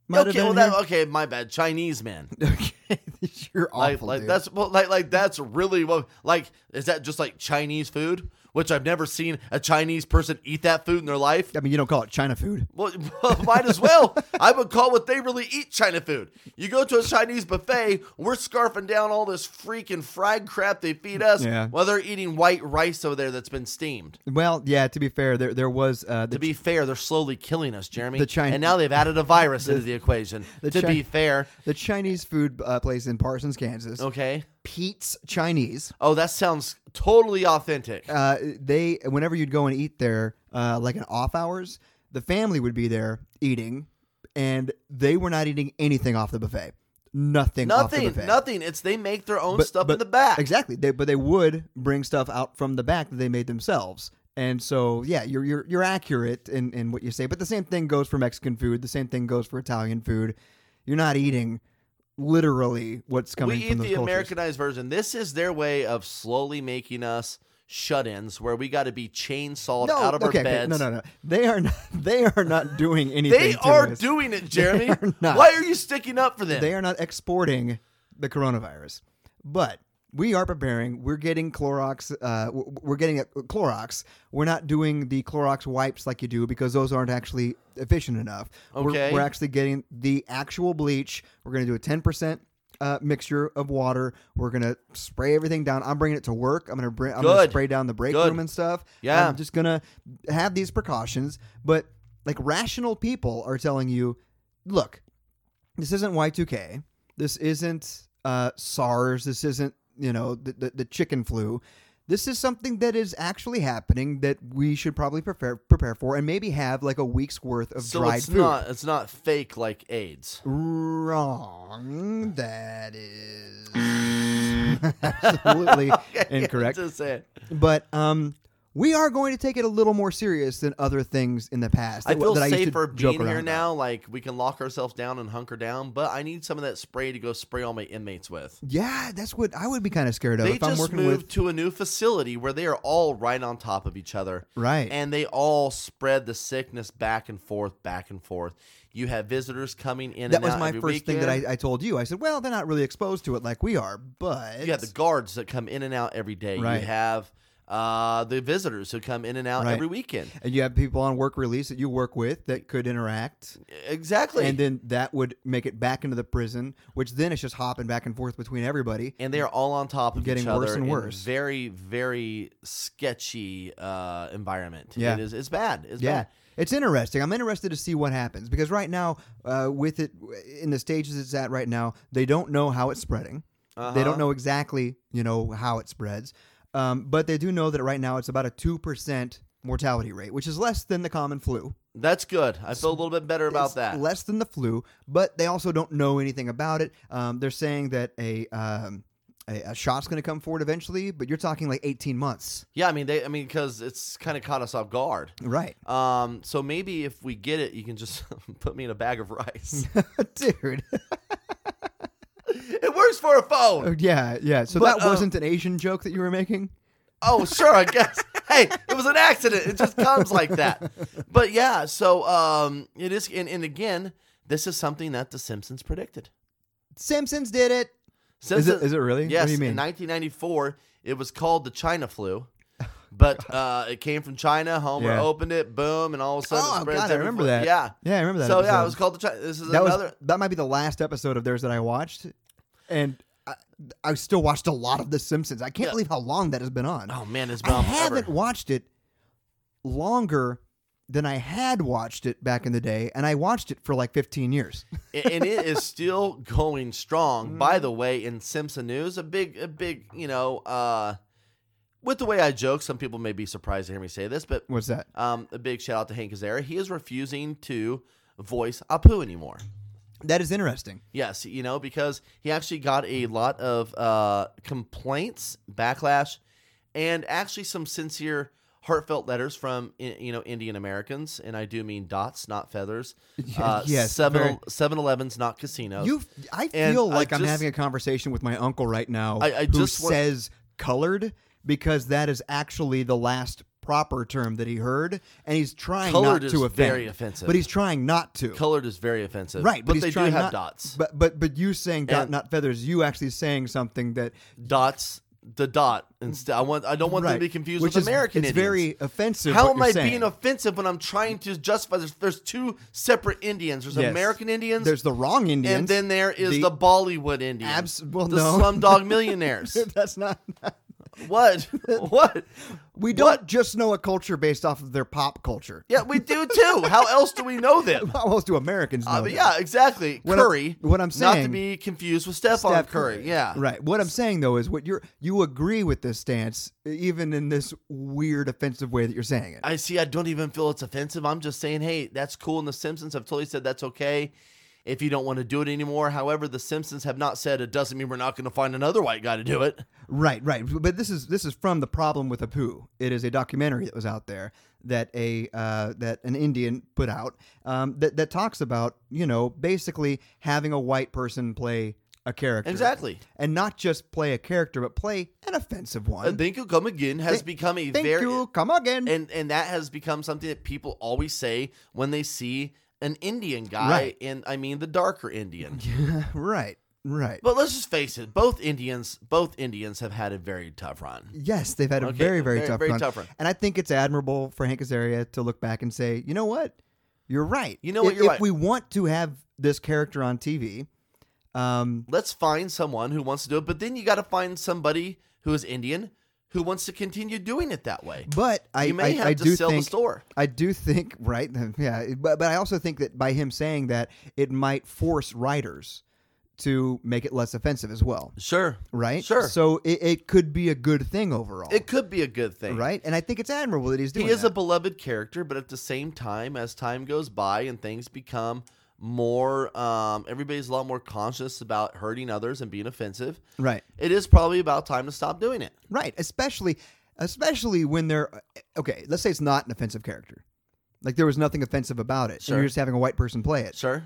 Speaker 1: might
Speaker 2: okay, well,
Speaker 1: have been
Speaker 2: that, uh, okay, my bad. Chinese man.
Speaker 1: here. okay, you're awful.
Speaker 2: Like, like
Speaker 1: dude.
Speaker 2: that's well, like like that's really what like is that just like Chinese food, which I've never seen a Chinese person eat that food in their life.
Speaker 1: I mean, you don't call it China food.
Speaker 2: Well, might as well. I would call what they really eat China food. You go to a Chinese buffet, we're scarfing down all this freaking fried crap they feed us
Speaker 1: Yeah.
Speaker 2: while they're eating white rice over there that's been steamed.
Speaker 1: Well, yeah. To be fair, there there was uh, the
Speaker 2: To be fair, they're slowly killing us, Jeremy.
Speaker 1: The Chin-
Speaker 2: and now they've added a virus into the equation.
Speaker 1: the
Speaker 2: to
Speaker 1: Chi-
Speaker 2: be fair,
Speaker 1: the Chinese food uh, place in Parsons, Kansas.
Speaker 2: okay.
Speaker 1: Pete's Chinese.
Speaker 2: Oh, that sounds totally authentic.
Speaker 1: Uh, they whenever you'd go and eat there, uh, like an off hours, the family would be there eating, and they were not eating anything off the buffet. Nothing. off the
Speaker 2: Nothing,
Speaker 1: buffet.
Speaker 2: nothing. It's they make their own stuff in the back.
Speaker 1: Exactly. They, but they would bring stuff out from the back that they made themselves. And so, yeah, you're you're, you're accurate in, in what you say. But the same thing goes for Mexican food. The same thing goes for Italian food. You're not eating literally what's
Speaker 2: We
Speaker 1: coming
Speaker 2: eat
Speaker 1: from
Speaker 2: the
Speaker 1: those cultures.
Speaker 2: Americanized version. This is their way of slowly making us shut-ins, where we got to be chainsawed
Speaker 1: no,
Speaker 2: out of
Speaker 1: okay,
Speaker 2: our
Speaker 1: okay.
Speaker 2: beds.
Speaker 1: No, no, no. They are not, they are not doing anything.
Speaker 2: They
Speaker 1: to
Speaker 2: are
Speaker 1: us.
Speaker 2: doing it, Jeremy.
Speaker 1: are not.
Speaker 2: Why are you sticking up for them?
Speaker 1: They are not exporting the coronavirus, but we are preparing. We're getting Clorox. Uh, w- we're getting a Clorox. We're not doing the Clorox wipes like you do because those aren't actually efficient enough. We're-
Speaker 2: Okay.
Speaker 1: We're, actually getting the actual bleach. We're going to do a ten percent. Uh, mixture of water. We're gonna spray everything down. I'm bringing it to work. I'm gonna bring. I'm gonna
Speaker 2: Good.
Speaker 1: spray down the break
Speaker 2: Good.
Speaker 1: room and stuff.
Speaker 2: Yeah.
Speaker 1: I'm just gonna have these precautions. But like rational people are telling you, look, this isn't Y2K. This isn't uh, SARS. This isn't, you know, the, the, the chicken flu. This is something that is actually happening that we should probably prepare prepare for and maybe have like a week's worth of
Speaker 2: so
Speaker 1: dried
Speaker 2: it's
Speaker 1: food.
Speaker 2: not it's not fake like AIDS.
Speaker 1: Wrong. That is absolutely incorrect.
Speaker 2: Just saying.
Speaker 1: But um, we are going to take it a little more serious than other things in the past.
Speaker 2: I
Speaker 1: that-
Speaker 2: feel
Speaker 1: that used to
Speaker 2: safer
Speaker 1: joke
Speaker 2: being
Speaker 1: around
Speaker 2: here
Speaker 1: about.
Speaker 2: now. Like we can lock ourselves down and hunker down, but I need some of that spray to go spray all my inmates with.
Speaker 1: Yeah, that's what I would be kind of scared of
Speaker 2: They
Speaker 1: if I'm
Speaker 2: just
Speaker 1: working
Speaker 2: moved
Speaker 1: with
Speaker 2: to a new facility where they are all right on top of each other.
Speaker 1: Right.
Speaker 2: And they all spread the sickness back and forth, back and forth. You have visitors coming in
Speaker 1: that
Speaker 2: and
Speaker 1: was
Speaker 2: out
Speaker 1: my
Speaker 2: every
Speaker 1: first thing that
Speaker 2: weekend.
Speaker 1: I, I told you. I said, well, they're not really exposed to it like we are, but
Speaker 2: you have the guards that come in and out every day.
Speaker 1: Right.
Speaker 2: You have uh, the visitors who come in and out
Speaker 1: Right.
Speaker 2: every weekend.
Speaker 1: and you have people on work release that you work with that could interact,
Speaker 2: Exactly.
Speaker 1: and then that would make it back into the prison, which then it's just hopping back and forth between everybody.
Speaker 2: and they are all on top of
Speaker 1: Getting
Speaker 2: each
Speaker 1: worse
Speaker 2: other
Speaker 1: and
Speaker 2: in
Speaker 1: worse.
Speaker 2: Very, very sketchy uh, environment.
Speaker 1: Yeah.
Speaker 2: it is. It's bad. It's
Speaker 1: yeah.
Speaker 2: bad.
Speaker 1: It's interesting. I'm interested to see what happens because right now, uh, with it in the stages it's at right now, they don't know how it's spreading. They
Speaker 2: Uh-huh.
Speaker 1: don't know exactly, you know, how it spreads, um, but they do know that right now it's about a two percent mortality rate, which is less than the common flu.
Speaker 2: That's good. I feel a little bit better about
Speaker 1: It's
Speaker 2: that.
Speaker 1: Less than the flu, but they also don't know anything about it. Um, they're saying that a um, a, a shot's going to come forward eventually, but you're talking like 18 months,
Speaker 2: yeah, I mean, they. I mean, because it's kind of caught us off guard.
Speaker 1: right,
Speaker 2: Um, so maybe if we get it, you can just put me in a bag of rice.
Speaker 1: dude?
Speaker 2: it works for a phone.
Speaker 1: Oh, yeah, yeah. So
Speaker 2: But,
Speaker 1: that
Speaker 2: uh,
Speaker 1: wasn't an Asian joke that you were making.
Speaker 2: Oh, sure, I guess. hey, it was an accident. It just comes like that. But yeah, so um, it is, and, and again, this is something that The Simpsons predicted.
Speaker 1: Simpsons did it.
Speaker 2: Simpsons,
Speaker 1: is it really? What
Speaker 2: Yes.
Speaker 1: do you mean?
Speaker 2: In 1994, it was called the China flu, but uh, it came from China. Homer
Speaker 1: Yeah.
Speaker 2: opened it, boom, and all of a sudden, it
Speaker 1: Oh
Speaker 2: spreads
Speaker 1: god, I
Speaker 2: everywhere.
Speaker 1: remember that.
Speaker 2: Yeah,
Speaker 1: yeah, I remember that.
Speaker 2: So yeah,
Speaker 1: episode.
Speaker 2: it was called the China. This is
Speaker 1: that
Speaker 2: another.
Speaker 1: was that might be the last episode of theirs that I watched, and I, I still watched a lot of The Simpsons. I can't
Speaker 2: Yeah.
Speaker 1: believe how long that has been on.
Speaker 2: oh man, it's been
Speaker 1: I
Speaker 2: on forever.
Speaker 1: haven't watched it longer than I had watched it back in the day, and I watched it for like 15 years.
Speaker 2: A- and it is still going strong. By the way, in Simpson news, a big, a big, you know, uh, with the way I joke, some people may be surprised to hear me say this, but
Speaker 1: What's that?
Speaker 2: um, a big shout out to Hank Azera. He is refusing to voice Apu anymore.
Speaker 1: That is interesting.
Speaker 2: Yes, you know, because he actually got a lot of uh, complaints, backlash, and actually some sincere, heartfelt letters from i- you know Indian Americans, and I do mean dots, not feathers. Uh,
Speaker 1: yes, very-
Speaker 2: seven Seven Elevens, not casinos.
Speaker 1: You, I
Speaker 2: And
Speaker 1: feel
Speaker 2: I
Speaker 1: like I am
Speaker 2: just-
Speaker 1: having a conversation with my uncle right now,
Speaker 2: I- I
Speaker 1: who
Speaker 2: just wa-
Speaker 1: says "colored" because that is actually the last proper term that he heard, and he's trying not
Speaker 2: Colored is
Speaker 1: to offend.
Speaker 2: very offensive.
Speaker 1: but he's trying not to.
Speaker 2: colored is very offensive,
Speaker 1: right,
Speaker 2: But,
Speaker 1: he's
Speaker 2: they do
Speaker 1: trying
Speaker 2: have
Speaker 1: not-
Speaker 2: dots.
Speaker 1: But but but you saying dot
Speaker 2: And-
Speaker 1: not feathers, you actually saying something that
Speaker 2: dots, the dot instead. I want. I don't want
Speaker 1: right,
Speaker 2: them to be confused
Speaker 1: which
Speaker 2: with
Speaker 1: is,
Speaker 2: American.
Speaker 1: It's
Speaker 2: Indians.
Speaker 1: very offensive.
Speaker 2: How
Speaker 1: what
Speaker 2: am
Speaker 1: you're
Speaker 2: I
Speaker 1: saying.
Speaker 2: being offensive when I'm trying to justify? There's, there's two separate Indians. There's
Speaker 1: Yes.
Speaker 2: American Indians.
Speaker 1: There's the wrong Indians,
Speaker 2: And then there is the,
Speaker 1: the-
Speaker 2: Bollywood Indians,
Speaker 1: Abs- well,
Speaker 2: the
Speaker 1: no.
Speaker 2: Slumdog Millionaires.
Speaker 1: That's not.
Speaker 2: what? what?
Speaker 1: We don't just know a culture based off of their pop culture.
Speaker 2: Yeah, we do too. How else do we know them?
Speaker 1: How else do Americans know?
Speaker 2: Uh, but
Speaker 1: that?
Speaker 2: yeah, exactly.
Speaker 1: What I'm-
Speaker 2: Curry.
Speaker 1: what I'm
Speaker 2: not to
Speaker 1: saying-
Speaker 2: be confused with Stephon
Speaker 1: Steph
Speaker 2: Curry. Yeah,
Speaker 1: Right. What I'm saying though is what you're you agree with this stance, e-, even in this weird offensive way that you're saying it.
Speaker 2: I see. I don't even feel it's offensive. I'm just saying, hey, that's cool. And the Simpsons have totally said that's okay if you don't want to do it anymore. However, the Simpsons have not said it doesn't mean we're not going to find another white guy to do it.
Speaker 1: right, right. But this is this is from the problem with Apu. It is a documentary that was out there that a uh, that an Indian put out um, that that talks about you know basically having a white person play a character
Speaker 2: Exactly.
Speaker 1: and not just play a character but play an offensive one.
Speaker 2: And Think You'll Come Again has become a
Speaker 1: Thank
Speaker 2: very
Speaker 1: you. Come again.
Speaker 2: and and that has become something that people always say when they see an Indian guy,
Speaker 1: Right.
Speaker 2: and I mean the darker Indian.
Speaker 1: right. Right.
Speaker 2: But let's just face it, both Indians, both Indians have had a very tough run.
Speaker 1: Yes, they've had a
Speaker 2: Okay,
Speaker 1: very, very,
Speaker 2: very-
Speaker 1: tough,
Speaker 2: very
Speaker 1: run.
Speaker 2: tough run.
Speaker 1: And I think it's admirable for Hank Azaria to look back and say, you know what? You're right.
Speaker 2: You know what?
Speaker 1: If-
Speaker 2: You're
Speaker 1: if
Speaker 2: right."
Speaker 1: we want to have this character on TV, um,
Speaker 2: Let's find someone who wants to do it, but then you got to find somebody who is Indian who wants to continue doing it that way.
Speaker 1: but I,
Speaker 2: You may
Speaker 1: I,
Speaker 2: have
Speaker 1: I
Speaker 2: to
Speaker 1: do
Speaker 2: sell the
Speaker 1: think,
Speaker 2: store.
Speaker 1: I do think, right? Yeah, but but I also think that by him saying that, it might force writers to make it less offensive as well,
Speaker 2: Sure,
Speaker 1: right?
Speaker 2: Sure.
Speaker 1: So it, it could be a good thing overall,
Speaker 2: it could be a good thing,
Speaker 1: right? And I think it's admirable that he's doing.
Speaker 2: He is
Speaker 1: that.
Speaker 2: a beloved character, but at the same time, as time goes by and things become more, um, everybody's a lot more conscious about hurting others and being offensive.
Speaker 1: right.
Speaker 2: It is probably about time to stop doing it.
Speaker 1: Right, especially especially when they're okay. Let's say it's not an offensive character. Like there was nothing offensive about it. So
Speaker 2: Sure.
Speaker 1: you're just having a white person play it.
Speaker 2: Sure.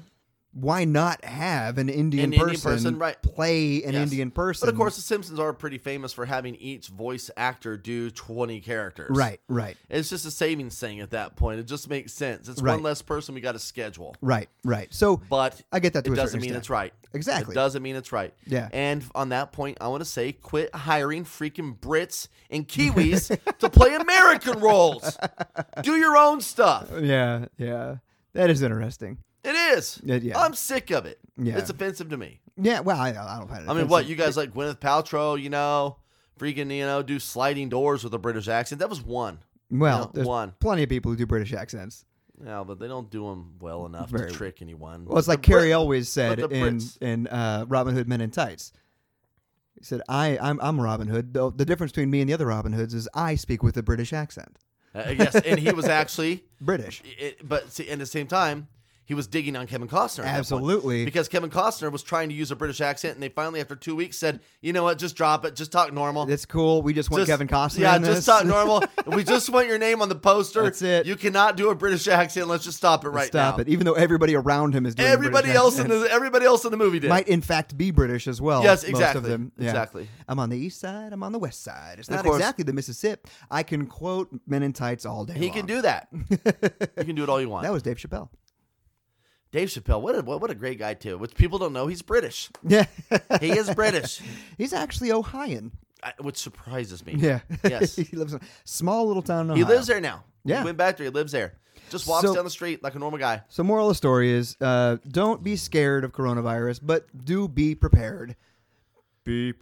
Speaker 1: Why not have an Indian,
Speaker 2: An
Speaker 1: person,
Speaker 2: Indian person, right.
Speaker 1: play an
Speaker 2: Yes.
Speaker 1: Indian person?
Speaker 2: But of course, the Simpsons are pretty famous for having each voice actor do 20 characters.
Speaker 1: right, right,
Speaker 2: It's just a savings thing at that point. It just makes sense. It's
Speaker 1: Right.
Speaker 2: one less person we got to schedule.
Speaker 1: right, right. So
Speaker 2: But
Speaker 1: I get that to
Speaker 2: it
Speaker 1: a
Speaker 2: doesn't
Speaker 1: certain
Speaker 2: mean
Speaker 1: extent.
Speaker 2: it's right.
Speaker 1: Exactly.
Speaker 2: It doesn't mean it's right.
Speaker 1: Yeah.
Speaker 2: And on that point, I want to say quit hiring freaking Brits and Kiwis to play American roles. Do your own stuff.
Speaker 1: Yeah, yeah. That is interesting.
Speaker 2: It is.
Speaker 1: Yeah, yeah.
Speaker 2: I'm sick of it.
Speaker 1: Yeah.
Speaker 2: It's offensive to me.
Speaker 1: Yeah. Well, I, I don't find it.
Speaker 2: I mean, what? You guys like Gwyneth Paltrow, you know, freaking, you know, do sliding doors with a British accent. That was one.
Speaker 1: Well,
Speaker 2: No,
Speaker 1: there's
Speaker 2: one.
Speaker 1: plenty of people who do British accents.
Speaker 2: No, but they don't do them well enough
Speaker 1: Very-
Speaker 2: to trick anyone.
Speaker 1: Well, it's like
Speaker 2: The Brit-
Speaker 1: Carrie always said
Speaker 2: but the
Speaker 1: in
Speaker 2: Brits-
Speaker 1: in uh, Robin Hood Men in Tights. He said, "I I'm, I'm Robin Hood. Though the difference between me and the other Robin Hoods is I speak with a British accent.
Speaker 2: Uh, yes, and he was actually
Speaker 1: British.
Speaker 2: it, but see, and at the same time, he was digging on Kevin Costner. at that point.
Speaker 1: Absolutely.
Speaker 2: because Kevin Costner was trying to use a British accent, and they finally, after two weeks, said, "You know what? Just drop it. Just talk normal."
Speaker 1: It's cool. We just want
Speaker 2: Just-
Speaker 1: Kevin Costner.
Speaker 2: Yeah,
Speaker 1: in
Speaker 2: just
Speaker 1: this.
Speaker 2: talk normal. we just want your name on the poster.
Speaker 1: That's it.
Speaker 2: You cannot do a British accent. Let's just stop it right
Speaker 1: Stop
Speaker 2: now.
Speaker 1: it. Even though everybody around him is doing a
Speaker 2: Everybody
Speaker 1: British
Speaker 2: else in
Speaker 1: accent.
Speaker 2: the everybody else in the movie did.
Speaker 1: might in fact be British as well.
Speaker 2: Yes,
Speaker 1: Most
Speaker 2: exactly.
Speaker 1: of them.
Speaker 2: Exactly.
Speaker 1: I'm on the east side. I'm on the west side. It's
Speaker 2: And of
Speaker 1: not
Speaker 2: course-
Speaker 1: exactly the Mississippi. I can quote Men in Tights all day.
Speaker 2: he
Speaker 1: long.
Speaker 2: can do that. you can do it all you want.
Speaker 1: That was Dave Chappelle.
Speaker 2: Dave Chappelle, what a what, what a great guy too. Which people don't know, he's British.
Speaker 1: Yeah,
Speaker 2: He is British,
Speaker 1: he's actually Ohioan.
Speaker 2: I- which surprises me.
Speaker 1: Yeah.
Speaker 2: Yes.
Speaker 1: he lives in a small little town in
Speaker 2: He
Speaker 1: Ohio.
Speaker 2: lives there now.
Speaker 1: Yeah.
Speaker 2: He went back there. He lives there. Just walks
Speaker 1: So-
Speaker 2: down the street like a normal guy.
Speaker 1: So moral of the story is uh, don't be scared of coronavirus, but do be prepared. Be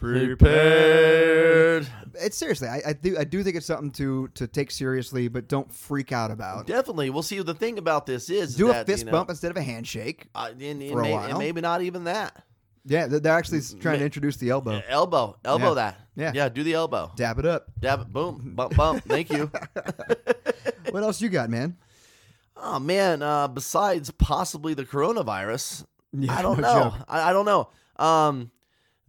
Speaker 2: Prepared.
Speaker 1: It's seriously, I, I do I do think it's something to to take seriously, but don't freak out about.
Speaker 2: Definitely. We'll see. The thing about this is
Speaker 1: do
Speaker 2: that,
Speaker 1: a fist
Speaker 2: you know,
Speaker 1: bump instead of a handshake.
Speaker 2: uh, and, and
Speaker 1: for a
Speaker 2: may- and
Speaker 1: while.
Speaker 2: maybe not even that.
Speaker 1: Yeah, they're they're actually trying to introduce the elbow.
Speaker 2: Elbow. Elbow
Speaker 1: Yeah.
Speaker 2: that.
Speaker 1: Yeah.
Speaker 2: Yeah. Do the elbow.
Speaker 1: Dab it up.
Speaker 2: Dab it. Boom. Bump. Bump. Thank you.
Speaker 1: What else you got, man?
Speaker 2: oh man. Uh, besides possibly the coronavirus,
Speaker 1: Yeah,
Speaker 2: I don't
Speaker 1: no
Speaker 2: know.
Speaker 1: joke.
Speaker 2: I, I don't know. Um,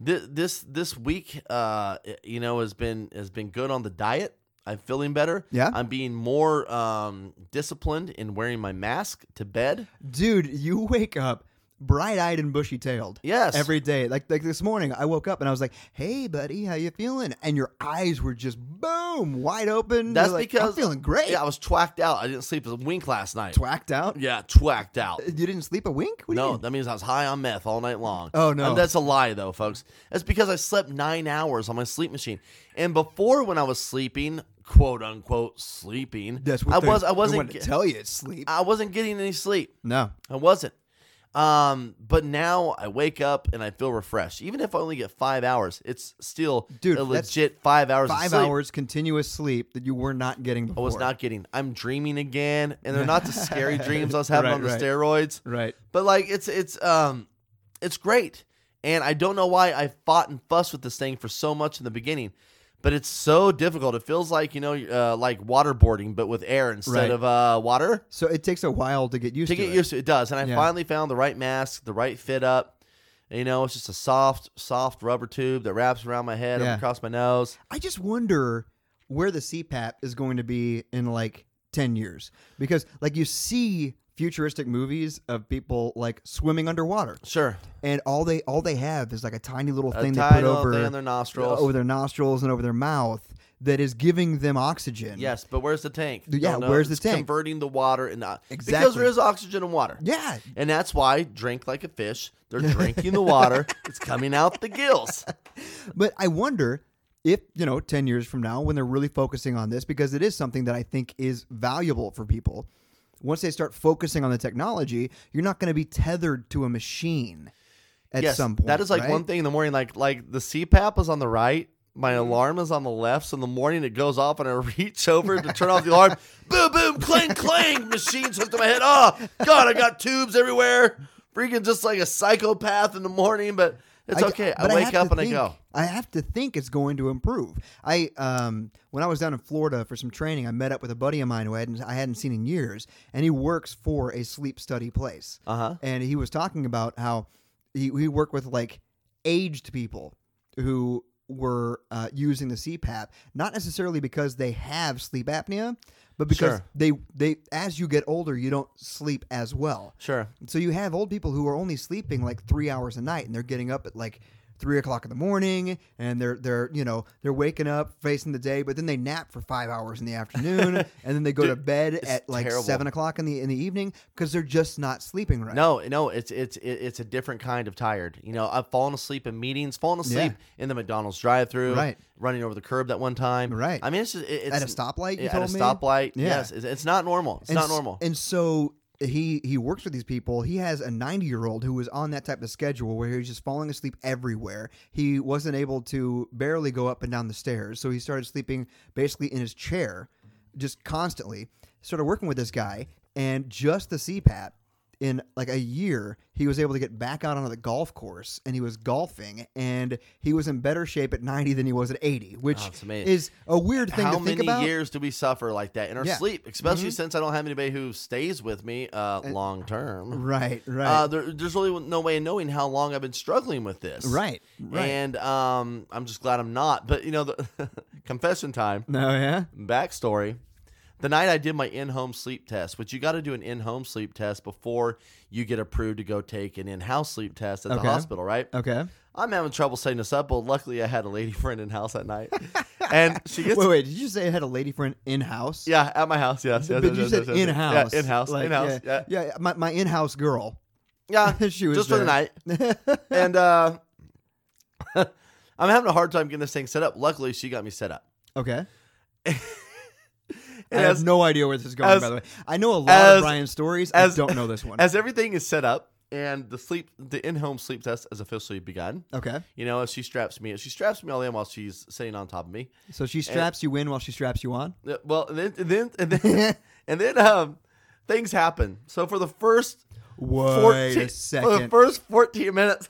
Speaker 2: thi- this this week, uh, i- you know, has been has been good on the diet. I'm feeling better.
Speaker 1: Yeah.
Speaker 2: I'm being more um, disciplined in wearing my mask to bed.
Speaker 1: Dude, you wake up bright-eyed and bushy-tailed.
Speaker 2: Yes.
Speaker 1: Every day. Like like this morning, I woke up and I was like, "Hey, buddy, how you feeling?" And your eyes were just boom, wide open. You're
Speaker 2: That's
Speaker 1: like,
Speaker 2: because
Speaker 1: I'm feeling great.
Speaker 2: Yeah, I was twacked out. I didn't sleep a wink last night.
Speaker 1: Twacked out.
Speaker 2: yeah, twacked out.
Speaker 1: You didn't sleep a wink? What do you
Speaker 2: No,
Speaker 1: mean?
Speaker 2: that means I was high on meth all night long.
Speaker 1: Oh, no.
Speaker 2: And that's a lie, though, folks. That's because I slept nine hours on my sleep machine, and before when I was sleeping, quote unquote sleeping,
Speaker 1: That's what
Speaker 2: I
Speaker 1: they-
Speaker 2: was. I
Speaker 1: they
Speaker 2: wasn't.
Speaker 1: wanted
Speaker 2: ge-
Speaker 1: to tell you it's sleep.
Speaker 2: I wasn't getting any sleep.
Speaker 1: no.
Speaker 2: I wasn't. Um, but now I wake up and I feel refreshed. Even if I only get five hours, it's still
Speaker 1: Dude,
Speaker 2: a
Speaker 1: that's
Speaker 2: legit five hours. of
Speaker 1: 5
Speaker 2: sleep
Speaker 1: hours continuous sleep that you were not getting
Speaker 2: I
Speaker 1: before.
Speaker 2: was not getting. I'm dreaming again, and they're not the scary dreams I was having
Speaker 1: Right,
Speaker 2: on the
Speaker 1: right.
Speaker 2: steroids.
Speaker 1: Right.
Speaker 2: But like it's it's um it's great. And I don't know why I fought and fussed with this thing for so much in the beginning, but it's so difficult. It feels like, you know, uh, like waterboarding but with air instead
Speaker 1: Right.
Speaker 2: of uh, water.
Speaker 1: So it takes a while to get used
Speaker 2: To
Speaker 1: to,
Speaker 2: get
Speaker 1: it.
Speaker 2: used to it does. And I
Speaker 1: Yeah.
Speaker 2: finally found the right mask, the right fit up. You know, it's just a soft, soft rubber tube that wraps around my head
Speaker 1: Yeah.
Speaker 2: up across my nose.
Speaker 1: I just wonder where the CPAP is going to be in like 10 years because like you see futuristic movies of people like swimming underwater
Speaker 2: Sure.
Speaker 1: and all they all they have is like a tiny little
Speaker 2: A
Speaker 1: thing they
Speaker 2: tiny
Speaker 1: put
Speaker 2: little
Speaker 1: over
Speaker 2: thing on their nostrils.
Speaker 1: over their nostrils and over their mouth that is giving them oxygen.
Speaker 2: Yes, but where's the tank?
Speaker 1: Yeah,
Speaker 2: Don't know.
Speaker 1: where's the
Speaker 2: It's
Speaker 1: tank?
Speaker 2: Converting the water and not because
Speaker 1: Exactly.
Speaker 2: there is oxygen and water.
Speaker 1: Yeah.
Speaker 2: And that's why drink like a fish. They're drinking the water. It's coming out the gills.
Speaker 1: But I wonder if, you know, 10 years from now, when they're really focusing on this, because it is something that I think is valuable for people. Once they start focusing on the technology, you're not going to be tethered to a machine at
Speaker 2: yes,
Speaker 1: some point.
Speaker 2: that is like
Speaker 1: right? Mm-hmm.
Speaker 2: one thing in the morning. Like like the CPAP is on the right. My alarm is on the left. So in the morning it goes off, and I reach over to turn off the alarm. boom, boom, clang, clang. Machine's hooked to my head. Oh God, I got tubes everywhere. Freaking just like a psychopath in the morning, but it's
Speaker 1: I-
Speaker 2: okay. I
Speaker 1: but
Speaker 2: wake
Speaker 1: have
Speaker 2: up
Speaker 1: to
Speaker 2: and
Speaker 1: think-
Speaker 2: I go.
Speaker 1: I have to think it's going to improve. I um, when I was down in Florida for some training, I met up with a buddy of mine who I hadn't, I hadn't seen in years, and he works for a sleep study place.
Speaker 2: Uh-huh.
Speaker 1: And he was talking about how he, he worked with like aged people who were uh, using the CPAP, not necessarily because they have sleep apnea, but because
Speaker 2: Sure.
Speaker 1: they they as you get older, you don't sleep as well.
Speaker 2: Sure.
Speaker 1: So you have old people who are only sleeping like three hours a night, and they're getting up at like three o'clock in the morning, and they're they're you know they're waking up facing the day, but then they nap for five hours in the afternoon, and then they go to bed at like
Speaker 2: terrible.
Speaker 1: seven o'clock in the in the evening because they're just not sleeping right.
Speaker 2: No, no, it's it's it- it's a different kind of tired. You know, I've fallen asleep in meetings, fallen asleep in the McDonald's drive-through,
Speaker 1: Right.
Speaker 2: Running over the curb that one time,
Speaker 1: Right.
Speaker 2: I mean, it's just it- it's
Speaker 1: At a stoplight, you
Speaker 2: yeah,
Speaker 1: told
Speaker 2: at a
Speaker 1: me?
Speaker 2: stoplight.
Speaker 1: Yeah.
Speaker 2: Yes, it's, it's not normal. It's
Speaker 1: And
Speaker 2: not
Speaker 1: s-
Speaker 2: normal.
Speaker 1: And so he he works with these people. He has a 90 year old who was on that type of schedule where he was just falling asleep everywhere. He wasn't able to barely go up and down the stairs, so he started sleeping basically in his chair, just constantly. Started working with this guy, and just the CPAP. In like a year, he was able to get back out onto the golf course, and he was golfing, and he was in better shape at ninety than he was at eighty, which
Speaker 2: that's amazing.
Speaker 1: is a weird thing
Speaker 2: How
Speaker 1: to think
Speaker 2: many
Speaker 1: about.
Speaker 2: years do we suffer like that in our
Speaker 1: Yeah. Mm-hmm.
Speaker 2: sleep? Especially since I don't have anybody who stays with me uh, long term.
Speaker 1: Right, right.
Speaker 2: Uh, there, there's really no way of knowing how long I've been struggling with this.
Speaker 1: Right, right.
Speaker 2: And um, I'm just glad I'm not. But you know, the confession time.
Speaker 1: no, yeah.
Speaker 2: Backstory. The night I did my in home sleep test, which you got to do an in home sleep test before you get approved to go take an in house sleep test at
Speaker 1: Okay. Uh,
Speaker 2: the hospital, right?
Speaker 1: Okay.
Speaker 2: I'm having trouble setting this up, but luckily I had a lady friend in house that night. and she gets.
Speaker 1: Wait, wait. Did you say it had a lady friend in house?
Speaker 2: Yeah, at my house, yes. yes
Speaker 1: but
Speaker 2: yes,
Speaker 1: you
Speaker 2: yes,
Speaker 1: said
Speaker 2: yes, yes.
Speaker 1: in house.
Speaker 2: Yeah, in house.
Speaker 1: Like,
Speaker 2: in house. Yeah.
Speaker 1: Yeah. yeah, my, my in house girl.
Speaker 2: Yeah,
Speaker 1: She was
Speaker 2: just for the
Speaker 1: there.
Speaker 2: night. and uh, I'm having a hard time getting this thing set up. Luckily, she got me set up.
Speaker 1: Okay. I
Speaker 2: And
Speaker 1: have
Speaker 2: as-
Speaker 1: no idea where this is going,
Speaker 2: as-
Speaker 1: by the way. I know a lot
Speaker 2: as-
Speaker 1: of Brian's stories.
Speaker 2: as-
Speaker 1: I don't know this one.
Speaker 2: As everything is set up and the sleep, the in home sleep test has officially begun.
Speaker 1: okay.
Speaker 2: You know, as she straps me, she straps me all in while she's sitting on top of me.
Speaker 1: So she straps you in while she straps you on?
Speaker 2: Uh, Well, and then and then and then, and then um, things happen. So for the first
Speaker 1: Wait
Speaker 2: 14
Speaker 1: a
Speaker 2: for the
Speaker 1: second.
Speaker 2: first fourteen minutes,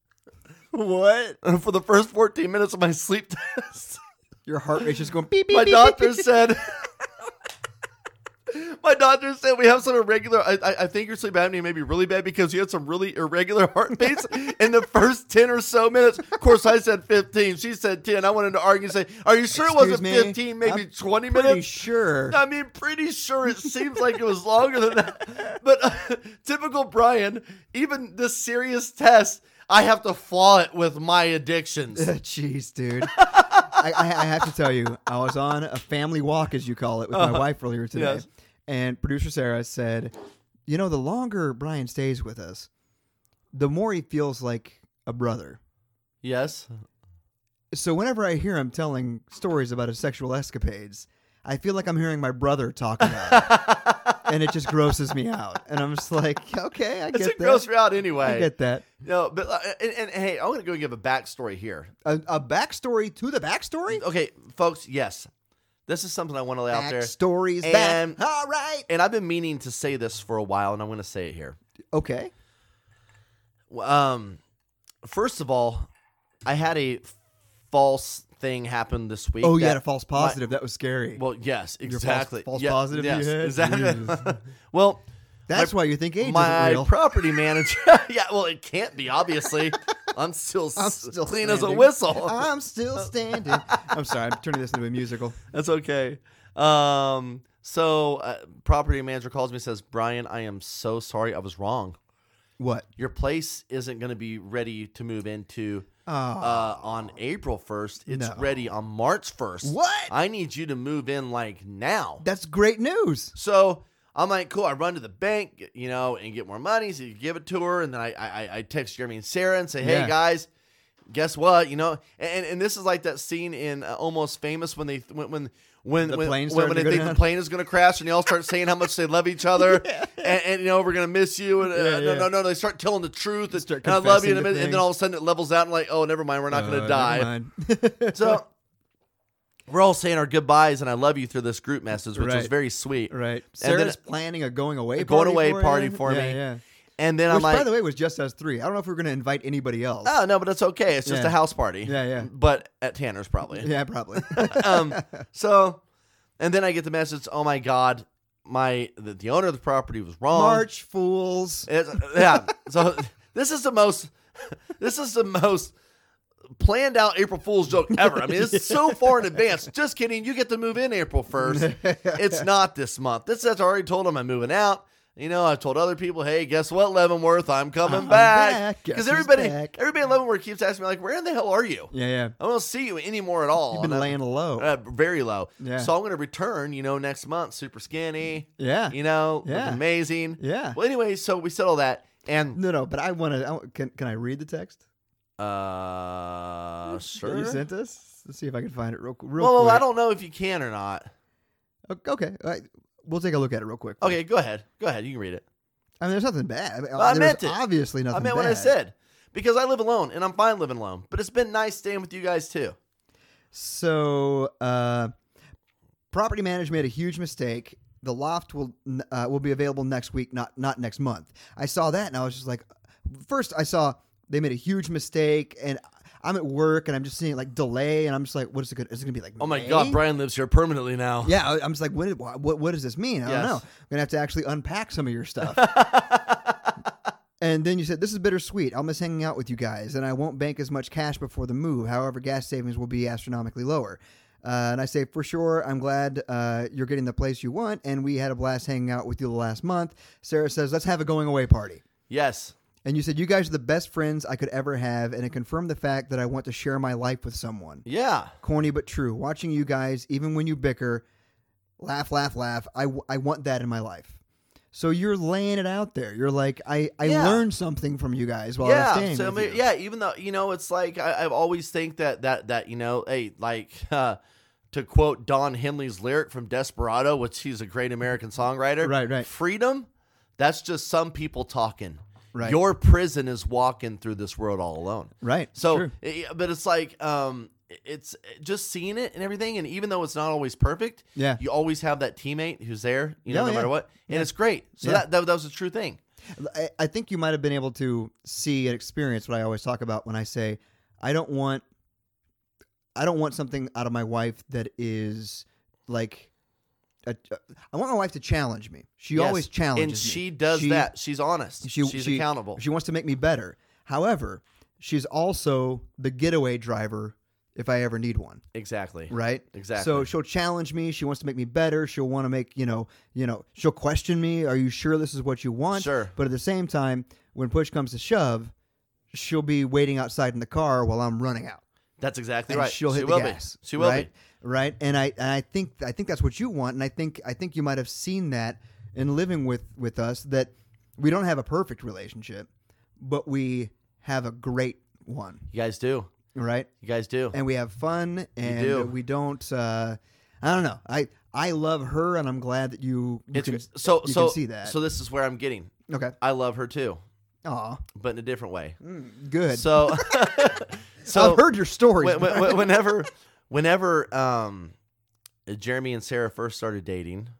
Speaker 2: what? For the first fourteen minutes of my sleep test,
Speaker 1: Your heart rate's just going beep, beep,
Speaker 2: my
Speaker 1: beep,
Speaker 2: doctor
Speaker 1: beep, beep.
Speaker 2: said. My doctor said we have some irregular. I, I, I think your sleep apnea may be really bad because you had some really irregular heartbeats in the first ten or so minutes. Of course, I said fifteen. She said ten. I wanted to argue. and Say, are you sure it
Speaker 1: Excuse
Speaker 2: wasn't
Speaker 1: me?
Speaker 2: fifteen? Maybe
Speaker 1: I'm
Speaker 2: twenty
Speaker 1: Pretty
Speaker 2: minutes.
Speaker 1: sure.
Speaker 2: I mean, pretty sure it seems like it was longer than that. But uh, typical Brian, even this serious test, I have to flaw it with my addictions.
Speaker 1: Jeez, dude. I, I, I have to tell you, I was on a family walk, as you call it, with my wife earlier today.
Speaker 2: Uh-huh. Yes.
Speaker 1: And producer Sarah said, You know, the longer Brian stays with us, the more he feels like a brother.
Speaker 2: yes.
Speaker 1: So whenever I hear him telling stories about his sexual escapades, I feel like I'm hearing my brother talk about it. and it just grosses me out. And I'm just like, okay, I
Speaker 2: It's
Speaker 1: get
Speaker 2: a
Speaker 1: that.
Speaker 2: gross route anyway.
Speaker 1: I get that.
Speaker 2: No, but uh, and, and hey, I'm gonna go and give a backstory here.
Speaker 1: A, a backstory to the backstory?
Speaker 2: Okay, folks, yes, this is something I want to lay out there,
Speaker 1: Backstories
Speaker 2: And-
Speaker 1: back. All right.
Speaker 2: and I've been meaning to say this for a while, and I'm gonna say it here.
Speaker 1: Okay.
Speaker 2: Um, first of all, I had a false thing happen this week.
Speaker 1: Oh, you
Speaker 2: that-
Speaker 1: had a false positive. that was scary.
Speaker 2: Well, yes,
Speaker 1: false-
Speaker 2: exactly.
Speaker 1: false
Speaker 2: Yeah,
Speaker 1: positive you
Speaker 2: Yes,
Speaker 1: had?
Speaker 2: exactly.
Speaker 1: Jesus.
Speaker 2: well,
Speaker 1: That's
Speaker 2: my-
Speaker 1: why you think age is
Speaker 2: my
Speaker 1: real.
Speaker 2: property manager. yeah, well, it can't be obviously. I'm still,
Speaker 1: I'm
Speaker 2: s-
Speaker 1: still
Speaker 2: clean as a
Speaker 1: standing.
Speaker 2: whistle.
Speaker 1: I'm still standing. I'm sorry. I'm turning this into a musical.
Speaker 2: That's okay. Um, so uh, property manager calls me and says, "Brian, I am so sorry. I was wrong.
Speaker 1: What?
Speaker 2: Your place isn't going to be ready to move into uh, on April 1st. It's
Speaker 1: Oh. No.
Speaker 2: ready on March 1st.
Speaker 1: What?
Speaker 2: I need you to move in like now."
Speaker 1: That's great news.
Speaker 2: So I'm like, cool. I run to the bank, you know, and get more money. So you give it to her, and then I I, I text Jeremy and Sarah and say, hey
Speaker 1: Yeah.
Speaker 2: guys, guess what? You know, and and this is like that scene in uh, Almost Famous when they when when. When,
Speaker 1: The
Speaker 2: when,
Speaker 1: plane's
Speaker 2: when,
Speaker 1: starting
Speaker 2: when they
Speaker 1: to go
Speaker 2: think the
Speaker 1: down.
Speaker 2: plane is going to crash and they all start saying how much they love each other and, and you know we're going to miss you and uh,
Speaker 1: Yeah,
Speaker 2: no
Speaker 1: yeah.
Speaker 2: no no they start telling the truth and,
Speaker 1: Start
Speaker 2: and I love
Speaker 1: confessing
Speaker 2: you and,
Speaker 1: to
Speaker 2: then- and
Speaker 1: things. Uh,
Speaker 2: then all of a sudden it levels out and like oh never mind we're not going to die
Speaker 1: die.
Speaker 2: so we're all saying our goodbyes and I love you through this group message which was
Speaker 1: Right.
Speaker 2: very sweet
Speaker 1: right.
Speaker 2: And then-
Speaker 1: Sarah's planning a going away
Speaker 2: a going
Speaker 1: party
Speaker 2: away
Speaker 1: for
Speaker 2: party
Speaker 1: him.
Speaker 2: for
Speaker 1: yeah,
Speaker 2: me.
Speaker 1: Yeah.
Speaker 2: and then
Speaker 1: Which,
Speaker 2: I'm like
Speaker 1: by the way, was just us three. I don't know if we are going to invite anybody else.
Speaker 2: Oh no, but it's okay. It's just
Speaker 1: Yeah.
Speaker 2: a house party.
Speaker 1: Yeah, yeah.
Speaker 2: But at Tanner's probably.
Speaker 1: yeah, probably.
Speaker 2: Um. So, and then I get the message. Oh my God, my the, the owner of the property was wrong.
Speaker 1: March Fools.
Speaker 2: It's- yeah. So this is the most. This is the most planned out April Fool's joke ever. I mean, it's so far in advance. Just kidding. You get to move in April first. It's not this month. This that's I already told them I'm moving out. You know, I've told other people, hey, guess what, Leavenworth, I'm coming
Speaker 1: I'm
Speaker 2: back.
Speaker 1: back. Guess
Speaker 2: Because
Speaker 1: who's
Speaker 2: everybody,
Speaker 1: back.
Speaker 2: everybody in Leavenworth keeps asking me, like, where in the hell are you?
Speaker 1: Yeah, yeah.
Speaker 2: I don't see you anymore at all.
Speaker 1: You've been
Speaker 2: And I'm-
Speaker 1: laying low.
Speaker 2: uh, very low.
Speaker 1: Yeah.
Speaker 2: So I'm going to return, you know, next month, super skinny.
Speaker 1: Yeah.
Speaker 2: You know, look
Speaker 1: Yeah.
Speaker 2: amazing.
Speaker 1: Yeah.
Speaker 2: Well, anyway, so we said all that, and
Speaker 1: no, no, but I want to. Can, can I read the text
Speaker 2: uh,
Speaker 1: that
Speaker 2: sure.
Speaker 1: you sent us? Let's see if I can find it real, real
Speaker 2: well,
Speaker 1: quick.
Speaker 2: well, I don't know if you can or not.
Speaker 1: O- Okay, all right. we'll take a look at it real quick.
Speaker 2: Okay, go ahead. Go ahead. You can read it.
Speaker 1: I mean, there's nothing bad. I, mean,
Speaker 2: I
Speaker 1: there's
Speaker 2: meant it.
Speaker 1: Obviously, nothing.
Speaker 2: I meant what I
Speaker 1: bad.
Speaker 2: said because I live alone and I'm fine living alone. But it's been nice staying with you guys too.
Speaker 1: So, uh, property manager made a huge mistake. The loft will uh, will be available next week, not not next month. I saw that and I was just like, first I saw they made a huge mistake, and I'm at work and I'm just seeing like delay, and I'm just like, what is it? Gonna, is it gonna be like?
Speaker 2: Oh my
Speaker 1: May?
Speaker 2: God, Brian lives here permanently now.
Speaker 1: Yeah, I- I'm just like, what, did- wha- what, what does this mean? I
Speaker 2: Yes.
Speaker 1: don't know. I'm going to have to actually unpack some of your stuff. and then you said, this is bittersweet. I'll miss hanging out with you guys, and I won't bank as much cash before the move. However, gas savings will be astronomically lower. Uh, and I say, for sure, I'm glad uh, you're getting the place you want, and we had a blast hanging out with you the last month. Sarah says, let's have a going away party.
Speaker 2: Yes.
Speaker 1: And you said, you guys are the best friends I could ever have, and it confirmed the fact that I want to share my life with someone
Speaker 2: Yeah.
Speaker 1: corny but true. Watching you guys, even when you bicker, laugh, laugh, laugh. I, w- I want that in my life. So you're laying it out there. You're like, I, I
Speaker 2: Yeah.
Speaker 1: learned something from you guys while I was
Speaker 2: yeah
Speaker 1: staying
Speaker 2: so I
Speaker 1: with
Speaker 2: mean,
Speaker 1: you.
Speaker 2: yeah even though you know it's like I, i've always think that that that you know hey like uh to quote don henley's lyric from desperado which he's a great american songwriter
Speaker 1: Right, right.
Speaker 2: freedom that's just some people talking
Speaker 1: Right.
Speaker 2: your prison is walking through this world all alone
Speaker 1: Right.
Speaker 2: so
Speaker 1: True.
Speaker 2: i- but it's like um it's just seeing it and everything and even though it's not always perfect
Speaker 1: Yeah.
Speaker 2: you always have that teammate who's there you know
Speaker 1: Yeah,
Speaker 2: no
Speaker 1: yeah.
Speaker 2: matter what and it's great so
Speaker 1: Yeah.
Speaker 2: that, that that was a true thing
Speaker 1: I, I think you might have been able to see and experience what I always talk about when I say I don't want I don't want something out of my wife that is like a, a I want my wife to challenge me. She
Speaker 2: Yes.
Speaker 1: always challenges
Speaker 2: and
Speaker 1: me.
Speaker 2: she does
Speaker 1: She-
Speaker 2: that. She's honest.
Speaker 1: She,
Speaker 2: she's
Speaker 1: she-
Speaker 2: accountable.
Speaker 1: She wants to make me better. However, she's also the getaway driver if I ever need one.
Speaker 2: exactly.
Speaker 1: Right?
Speaker 2: Exactly.
Speaker 1: So she'll challenge me. She wants to make me better. She'll want to make, you know, you know, she'll question me. Are you sure this is what you want?
Speaker 2: Sure.
Speaker 1: But at the same time, when push comes to shove, she'll be waiting outside in the car while I'm running out.
Speaker 2: That's exactly
Speaker 1: And
Speaker 2: right.
Speaker 1: she'll
Speaker 2: she
Speaker 1: hit
Speaker 2: will
Speaker 1: the gas.
Speaker 2: be. She will
Speaker 1: right?
Speaker 2: be.
Speaker 1: Right. And I and I think I think that's what you want. And I think I think you might have seen that in living with with us that we don't have a perfect relationship, but we have a great one.
Speaker 2: You guys do.
Speaker 1: Right.
Speaker 2: You guys do.
Speaker 1: And we have fun. And
Speaker 2: do.
Speaker 1: we don't. Uh, I don't know. I I love her, and I'm glad that you you
Speaker 2: It's
Speaker 1: can
Speaker 2: gr- so
Speaker 1: you
Speaker 2: so
Speaker 1: can see that.
Speaker 2: so this is where I'm getting.
Speaker 1: okay.
Speaker 2: I love her too,
Speaker 1: Aw,
Speaker 2: but in a different way.
Speaker 1: good.
Speaker 2: So so
Speaker 1: Mm. I've heard your stories.
Speaker 2: when- when- when- whenever whenever um Jeremy and Sarah first started dating,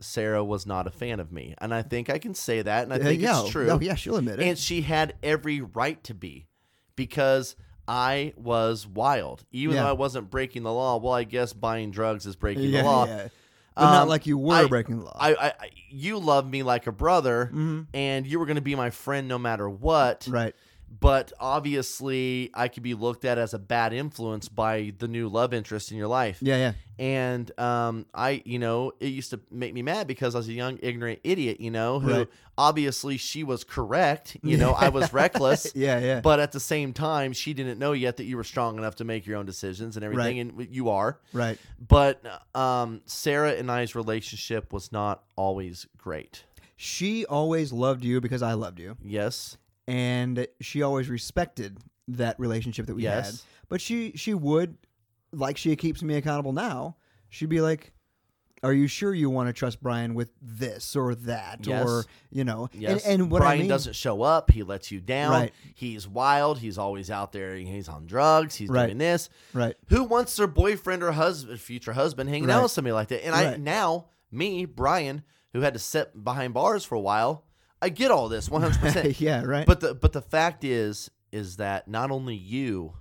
Speaker 2: Sarah was not a fan of me, and I think I can say that, and I
Speaker 1: Uh,
Speaker 2: think
Speaker 1: yeah,
Speaker 2: it's true.
Speaker 1: Oh yeah, she'll admit it.
Speaker 2: And she had every right to be because I was wild. Even
Speaker 1: Yeah.
Speaker 2: though I wasn't breaking the law, well, I guess buying drugs is breaking
Speaker 1: yeah,
Speaker 2: the law.
Speaker 1: yeah. But not
Speaker 2: Um,
Speaker 1: like you were
Speaker 2: I-
Speaker 1: breaking the law.
Speaker 2: I, I, I- you love me like a brother, and you were going to be my friend no matter what.
Speaker 1: Mm-hmm. right.
Speaker 2: But obviously, I could be looked at as a bad influence by the new love interest in your life.
Speaker 1: Yeah. Yeah.
Speaker 2: And um, I, you know, it used to make me mad because I was a young, ignorant idiot, you know, who
Speaker 1: Right.
Speaker 2: obviously she was correct. You know, I was reckless.
Speaker 1: Yeah. Yeah.
Speaker 2: But at the same time, she didn't know yet that you were strong enough to make your own decisions and everything,
Speaker 1: Right.
Speaker 2: and you are.
Speaker 1: right.
Speaker 2: But um, Sarah and I's relationship was not always great.
Speaker 1: she always loved you because I loved you,
Speaker 2: Yes,
Speaker 1: and she always respected that relationship that we had.
Speaker 2: Yes.
Speaker 1: But she she would, like she keeps me accountable now. She'd be like, "Are you sure you want to trust Brian with this or that
Speaker 2: Yes.
Speaker 1: or you know?"
Speaker 2: yes.
Speaker 1: And, and what
Speaker 2: Brian
Speaker 1: I mean,
Speaker 2: doesn't show up, he lets you down.
Speaker 1: Right.
Speaker 2: He's wild. He's always out there. He's on drugs. He's
Speaker 1: Right.
Speaker 2: doing this.
Speaker 1: right?
Speaker 2: Who wants their boyfriend or husband, future husband, hanging
Speaker 1: Right.
Speaker 2: out with somebody like that? And I
Speaker 1: Right.
Speaker 2: now me Brian, who had to sit behind bars for a while, I get all this one hundred percent.
Speaker 1: yeah. Right.
Speaker 2: But the but the fact is is that not only you,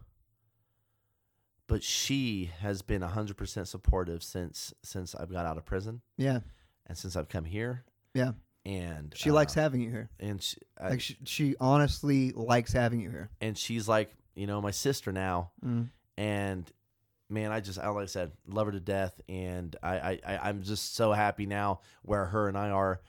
Speaker 2: but she has been hundred percent supportive since since I've got out of prison
Speaker 1: yeah.
Speaker 2: and since I've come here.
Speaker 1: Yeah.
Speaker 2: And
Speaker 1: She
Speaker 2: uh,
Speaker 1: likes having you here.
Speaker 2: and she, I-
Speaker 1: Like she, she honestly likes having you here.
Speaker 2: and she's like you know my sister now.
Speaker 1: Mm.
Speaker 2: And man, I just I like I said love her to death, and I I I- I'm just so happy now where her and I are.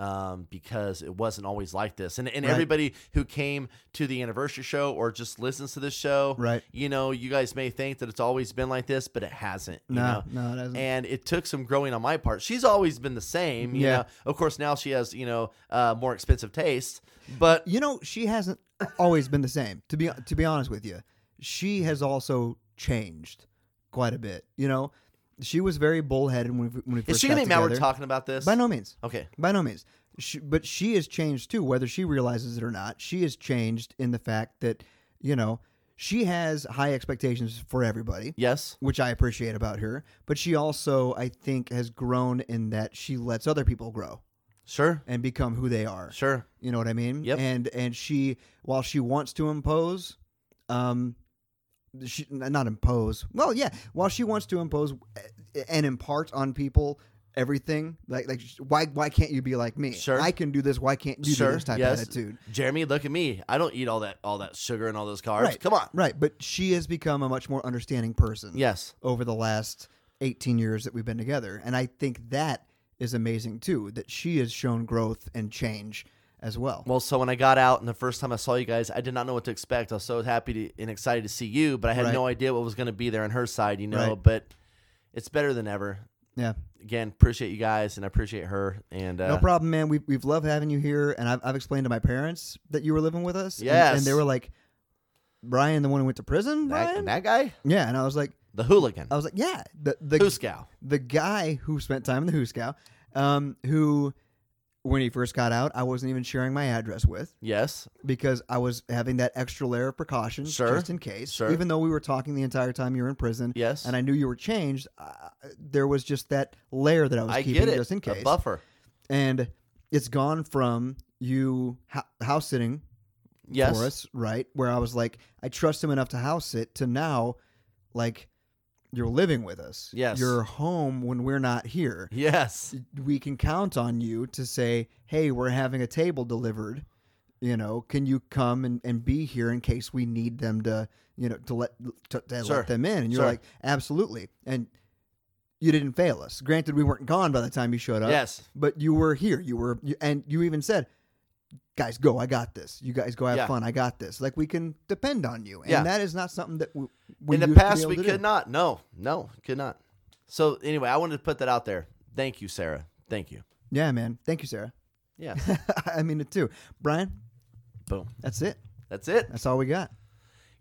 Speaker 2: Um, because it wasn't always like this, and and
Speaker 1: Right.
Speaker 2: everybody who came to the anniversary show or just listens to this show,
Speaker 1: Right.
Speaker 2: you know, you guys may think that it's always been like this, but it hasn't. You
Speaker 1: No.
Speaker 2: know?
Speaker 1: No. It doesn't.
Speaker 2: And it took some growing on my part. She's always been the same. You
Speaker 1: Yeah.
Speaker 2: Know? Of course, now she has you know uh, more expensive tastes, but
Speaker 1: You know, she hasn't always been the same. To be to be honest with you, she has also changed quite a bit. You know, she was very bullheaded when we, when we first
Speaker 2: is she
Speaker 1: got
Speaker 2: gonna be mad we're
Speaker 1: together.
Speaker 2: talking about this?
Speaker 1: By no means.
Speaker 2: Okay.
Speaker 1: By no means. She, but she has changed too, whether she realizes it or not. She has changed in the fact that you know she has high expectations for everybody.
Speaker 2: Yes.
Speaker 1: Which I appreciate about her, but she also, I think, has grown in that she lets other people grow
Speaker 2: Sure.
Speaker 1: and become who they are.
Speaker 2: Sure.
Speaker 1: You know what I mean?
Speaker 2: Yep.
Speaker 1: And and she while she wants to impose, um, she n- not impose. Well, yeah, while she wants to impose uh, and impart on people everything, like like sh- why why can't you be like me?
Speaker 2: Sure.
Speaker 1: I can do this. Why can't you do this type of attitude?
Speaker 2: Jeremy, look at me. I don't eat all that all that sugar and all those carbs.
Speaker 1: Right.
Speaker 2: Come on.
Speaker 1: Right. But she has become a much more understanding person.
Speaker 2: Yes.
Speaker 1: Over the last eighteen years that we've been together, and I think that is amazing too. That she has shown growth and change as well.
Speaker 2: Well, so when I got out and the first time I saw you guys, I did not know what to expect. I was so happy to, and excited to see you, but I had
Speaker 1: Right.
Speaker 2: no idea what was going to be there on her side, you know.
Speaker 1: Right.
Speaker 2: But it's better than ever.
Speaker 1: yeah.
Speaker 2: Again, appreciate you guys and I appreciate her. And uh,
Speaker 1: No problem, man. We've, we've loved having you here. And I've, I've explained to my parents that you were living with us. and-
Speaker 2: Yes.
Speaker 1: And, they were like, Brian, the one who went to prison,
Speaker 2: That,
Speaker 1: Brian?
Speaker 2: that guy,
Speaker 1: yeah. And I was like,
Speaker 2: the hooligan,
Speaker 1: I was like, yeah. The, the,
Speaker 2: Hooskow.
Speaker 1: the guy who spent time in the Hooskow, um, who, when he first got out, I wasn't even sharing my address with
Speaker 2: Yes.
Speaker 1: because I was having that extra layer of precaution
Speaker 2: Sure.
Speaker 1: just in case.
Speaker 2: Sure.
Speaker 1: Even though we were talking the entire time you were in prison.
Speaker 2: Yes.
Speaker 1: And I knew you were changed. Uh, there was just that layer that I was
Speaker 2: I
Speaker 1: keeping
Speaker 2: get it.
Speaker 1: just in
Speaker 2: A
Speaker 1: case
Speaker 2: buffer.
Speaker 1: and it's gone from you ho- house sitting
Speaker 2: Yes.
Speaker 1: for us, right? Where I was like, I trust him enough to house it to now, like, you're living with us.
Speaker 2: Yes.
Speaker 1: You're home when we're not here.
Speaker 2: Yes.
Speaker 1: We can count on you to say, hey, we're having a table delivered. You know, can you come and, and be here in case we need them to, you know, to let to, to
Speaker 2: Sure.
Speaker 1: let them in? And you're
Speaker 2: Sure.
Speaker 1: like, absolutely. And you didn't fail us. Granted, we weren't gone by the time you showed up.
Speaker 2: Yes.
Speaker 1: but you were here. You were, you, and you even said, "Guys, go! I got this. You guys go have
Speaker 2: Yeah.
Speaker 1: fun. I got this." Like we can depend on you, and
Speaker 2: Yeah.
Speaker 1: that is not something that we, we
Speaker 2: in
Speaker 1: used to
Speaker 2: the
Speaker 1: be
Speaker 2: past
Speaker 1: able
Speaker 2: we
Speaker 1: to
Speaker 2: could
Speaker 1: do.
Speaker 2: not no no could not so anyway i wanted to put that out there thank you sarah thank you
Speaker 1: Yeah, man. Thank you, Sarah.
Speaker 2: yeah
Speaker 1: I mean it too, Brian.
Speaker 2: boom
Speaker 1: That's it.
Speaker 2: that's it
Speaker 1: That's all we got.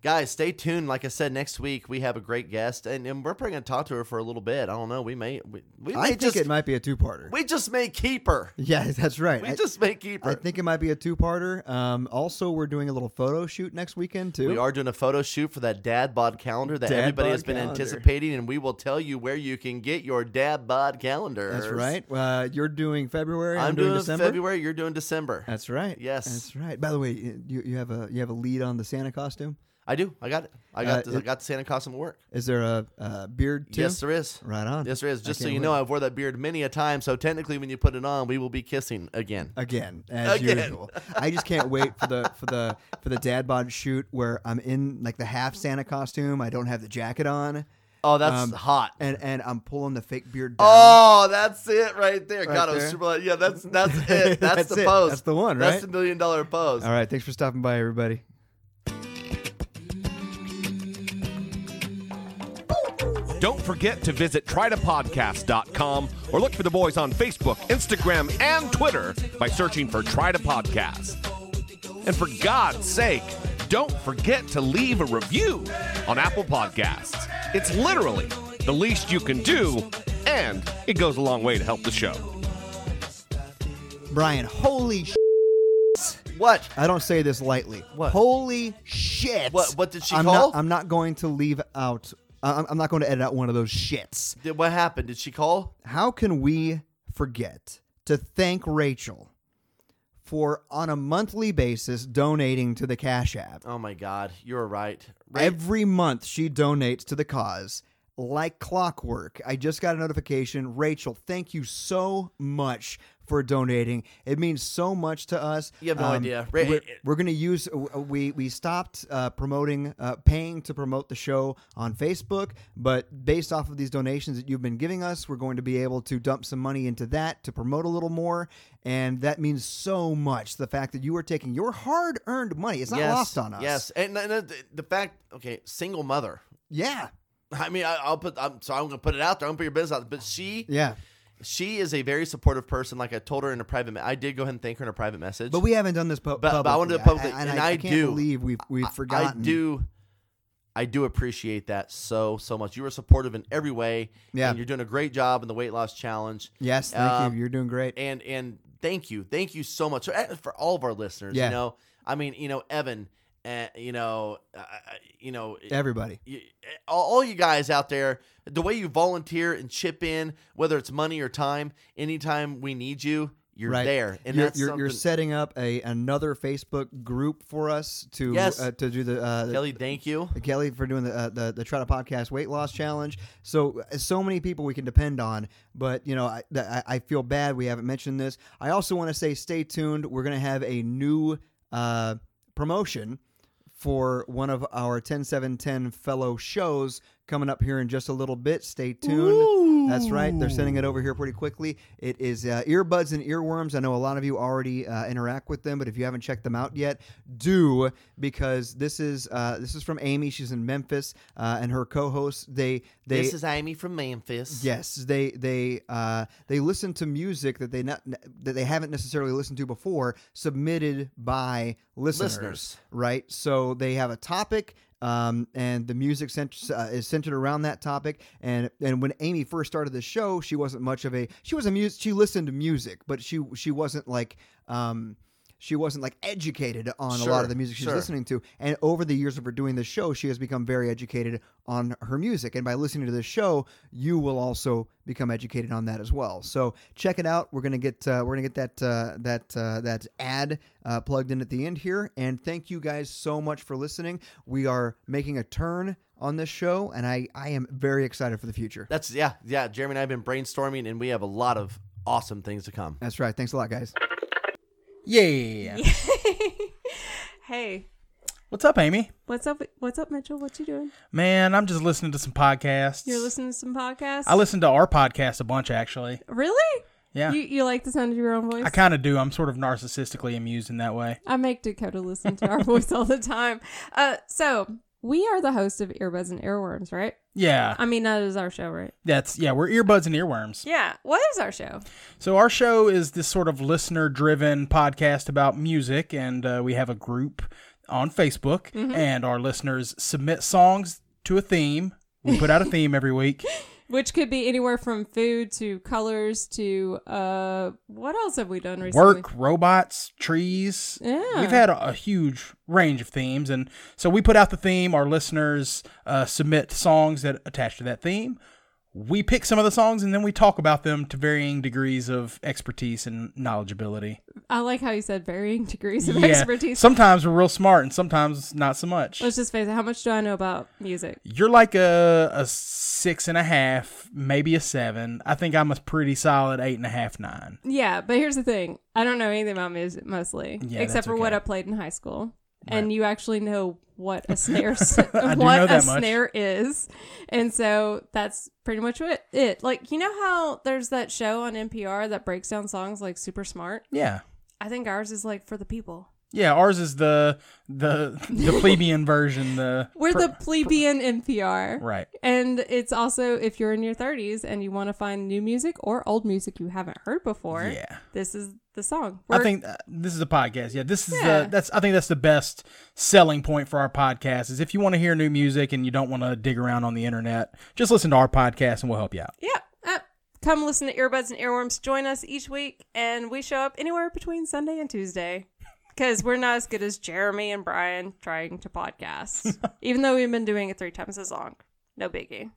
Speaker 2: guys stay tuned like i said next week we have a great guest and, and we're probably going to talk to her for a little bit i don't know we may we, we may
Speaker 1: I think
Speaker 2: just
Speaker 1: it might be a two-parter.
Speaker 2: we just may keep her
Speaker 1: yeah, that's right.
Speaker 2: we
Speaker 1: I,
Speaker 2: just may keep her
Speaker 1: I think it might be a two-parter. Um, also, we're doing a little photo shoot next weekend too.
Speaker 2: we are doing a photo shoot for that dad bod calendar that
Speaker 1: Dad
Speaker 2: everybody
Speaker 1: bod
Speaker 2: has been
Speaker 1: calendar.
Speaker 2: anticipating and we will tell you where you can get your dad bod calendar
Speaker 1: That's right. Uh, you're doing February. I'm,
Speaker 2: i'm, doing
Speaker 1: December.
Speaker 2: february you're doing december
Speaker 1: That's right.
Speaker 2: Yes.
Speaker 1: That's right. By the way, you, you have a you have a lead on the Santa costume.
Speaker 2: I do. I got it. I got
Speaker 1: Uh,
Speaker 2: this. I
Speaker 1: it-
Speaker 2: got the Santa costume at work.
Speaker 1: Is there a, a beard too?
Speaker 2: Yes, there is.
Speaker 1: Right on.
Speaker 2: Yes, there is.
Speaker 1: I
Speaker 2: Just so
Speaker 1: can't
Speaker 2: you
Speaker 1: wait.
Speaker 2: know, I've wore that beard many a time. So technically, when you put it on, we will be kissing again.
Speaker 1: Again, as
Speaker 2: Again.
Speaker 1: usual. I just can't wait for the for the for the dad bod shoot where I'm in like the half Santa costume. I don't have the jacket on,
Speaker 2: Oh, that's
Speaker 1: Um,
Speaker 2: hot.
Speaker 1: and and I'm pulling the fake beard. Down.
Speaker 2: Oh, that's it right there. God, I was
Speaker 1: there.
Speaker 2: super. like- Yeah, that's that's it. That's,
Speaker 1: That's
Speaker 2: the
Speaker 1: it.
Speaker 2: pose.
Speaker 1: That's the one,
Speaker 2: That's
Speaker 1: right?
Speaker 2: the million dollar pose.
Speaker 1: All right. Thanks for stopping by, everybody.
Speaker 4: Don't forget to visit trytopodcast.com or look for the boys on Facebook, Instagram, and Twitter by searching for Try to Podcast. And for God's sake, don't forget to leave a review on Apple Podcasts. It's literally the least you can do, and it goes a long way to help the show.
Speaker 1: Brian, holy sh-
Speaker 2: What?
Speaker 1: I don't say this lightly.
Speaker 2: What?
Speaker 1: Holy shit.
Speaker 2: What- what did she
Speaker 1: I'm
Speaker 2: call?
Speaker 1: Not, I'm not going to leave out. I- I'm, I'm not going to edit out one of those shits.
Speaker 2: Did, what happened? Did she call?
Speaker 1: How can we forget to thank Rachel for on a monthly basis donating to the Cash App?
Speaker 2: Oh my God, you're right. Ra-
Speaker 1: Every month she donates to the cause like clockwork. I just got a notification. Rachel, thank you so much for donating. It means so much to us. Um,
Speaker 2: You have no idea. Ra-
Speaker 1: we're going to use we we stopped uh, promoting uh, paying to promote the show on Facebook, but based off of these donations that you've been giving us, we're going to be able to dump some money into that to promote a little more, and that means so much. The fact that you are taking your hard-earned money, it's not
Speaker 2: Yes,
Speaker 1: lost on us.
Speaker 2: Yes, and, and, and the- the fact. Okay, single mother.
Speaker 1: Yeah.
Speaker 2: I mean, I, I'll put. I'm, so I'm going to put it out there. I'm going to put your business out. there. But she.
Speaker 1: Yeah.
Speaker 2: she is a very supportive person. Like I told her in a private, me- I did go ahead and thank her in a private message.
Speaker 1: But we haven't done this pu-
Speaker 2: But-
Speaker 1: publicly.
Speaker 2: but I wanna do it publicly,
Speaker 1: and,
Speaker 2: and
Speaker 1: I,
Speaker 2: I
Speaker 1: can't
Speaker 2: do.
Speaker 1: believe we've we've
Speaker 2: I-
Speaker 1: forgotten.
Speaker 2: I do, I do appreciate that so so much. You were supportive in every way.
Speaker 1: Yeah.
Speaker 2: and you're doing a great job in the weight loss challenge.
Speaker 1: Yes, thank
Speaker 2: Um,
Speaker 1: you. You're doing great.
Speaker 2: and and thank you, thank you so much for, for all of our listeners.
Speaker 1: Yeah.
Speaker 2: You know, I mean, you know, Evan, uh, you know, uh, you know,
Speaker 1: Everybody.
Speaker 2: you, eh, all all you guys out there, the way you volunteer and chip in, whether it's money or time, anytime we need you, you're
Speaker 1: right
Speaker 2: there, and
Speaker 1: you're,
Speaker 2: that's
Speaker 1: you're, you're
Speaker 2: something-
Speaker 1: setting up a another Facebook group for us to
Speaker 2: Yes.
Speaker 1: uh, to do the uh, the-
Speaker 2: Kelly, thank you.
Speaker 1: Kelly for doing the, uh, the the try to podcast weight loss challenge. So uh, so many people we can depend on, but you know I th- I I feel bad we haven't mentioned this. I also want to say stay tuned. We're gonna have a new uh, promotion for one of our 10710 fellow shows coming up here in just a little bit. Stay tuned. That's right. They're sending it over here pretty quickly. It is uh, earbuds and earworms. I know a lot of you already uh, interact with them, but if you haven't checked them out yet, do because this is uh, this is from Amy. She's in Memphis, uh, and her co-host. They they
Speaker 2: This is Amy from Memphis.
Speaker 1: Yes, they they uh, they listen to music that they not that they haven't necessarily listened to before, submitted by listeners,
Speaker 2: Listeners.
Speaker 1: right? So they have a topic, um, and the music cent- uh, is centered around that topic. And and when Amy first started the show, she wasn't much of a she was a mus she listened to music, but she she wasn't like. Um, she wasn't like educated on a lot
Speaker 2: Sure,
Speaker 1: of the music she was
Speaker 2: sure.
Speaker 1: listening listening to. And over the years of her doing this show, she has become very educated on her music. And by listening to this show, you will also become educated on that as well. So check it out. We're gonna get uh, we're gonna get that uh, that uh, that ad uh, plugged in at the end here. And thank you guys so much for listening. We are making a turn. on this show, and I, I am very excited for the future.
Speaker 2: That's yeah, yeah. Jeremy and I have been brainstorming, and we have a lot of awesome things to come.
Speaker 1: That's right. Thanks a lot, guys.
Speaker 5: Yeah.
Speaker 6: hey,
Speaker 5: What's up, Amy?
Speaker 6: what's up? What's up, Mitchell? What you doing?
Speaker 5: Man, I'm just listening to some podcasts.
Speaker 6: You're listening to some podcasts.
Speaker 5: I listen to our podcast a bunch, actually.
Speaker 6: Really?
Speaker 5: Yeah.
Speaker 6: You you like the sound of your own voice?
Speaker 5: I kind of do. I'm sort of narcissistically amused in that way.
Speaker 6: I make Dakota listen to our voice all the time. Uh, so we are the host of Earbuds and Earworms, right?
Speaker 5: Yeah.
Speaker 6: I mean, that is our show, right?
Speaker 5: That's, yeah, we're earbuds and earworms.
Speaker 6: Yeah. What is our show?
Speaker 5: So our show is this sort of listener-driven podcast about music, and uh, we have a group on Facebook, and our listeners submit songs to a theme. We put out a theme every week.
Speaker 6: Which could be anywhere from food to colors to uh, what else have we done recently?
Speaker 5: Work, robots, trees.
Speaker 6: Yeah.
Speaker 5: We've had a, a huge range of themes, and so we put out the theme. Our listeners uh, submit songs that attach to that theme. We pick some of the songs, and then we talk about them to varying degrees of expertise and knowledgeability.
Speaker 6: I like how you said varying degrees of
Speaker 5: Yeah.
Speaker 6: expertise.
Speaker 5: Sometimes we're real smart, and sometimes not so much.
Speaker 6: Let's just face it. How much do I know about music?
Speaker 5: You're like a a six and a half, maybe a seven. I think I'm a pretty solid eight and a half, nine.
Speaker 6: Yeah, but here's the thing. I don't know anything about music mostly,
Speaker 5: Yeah,
Speaker 6: except
Speaker 5: that's
Speaker 6: for what
Speaker 5: okay.
Speaker 6: I played in high school. And you actually know what a snare s- what
Speaker 5: I do know
Speaker 6: a
Speaker 5: that much.
Speaker 6: snare is, and so that's pretty much it. It like you know how there's that show on NPR that breaks down songs like super smart.
Speaker 5: Yeah,
Speaker 6: I think ours is like for the people.
Speaker 5: yeah. Ours is the the the plebeian version. The
Speaker 6: We're
Speaker 5: per-
Speaker 6: the plebeian NPR,
Speaker 5: right.
Speaker 6: And it's also if you're in your 30s and you want to find new music or old music you haven't heard before.
Speaker 5: Yeah.
Speaker 6: this is the song.
Speaker 5: I
Speaker 6: We're-
Speaker 5: think uh, this is a podcast. Yeah, this is
Speaker 6: Yeah.
Speaker 5: the that's I think that's the best selling point for our podcast is if you want to hear new music and you don't want to dig around on the internet, just listen to our podcast and we'll help you out.
Speaker 6: Yeah. Uh, come listen to Earbuds and Earworms. Join us each week, and we show up anywhere between Sunday and Tuesday because we're not as good as Jeremy and Brian trying to podcast, even though we've been doing it three times as long. No biggie.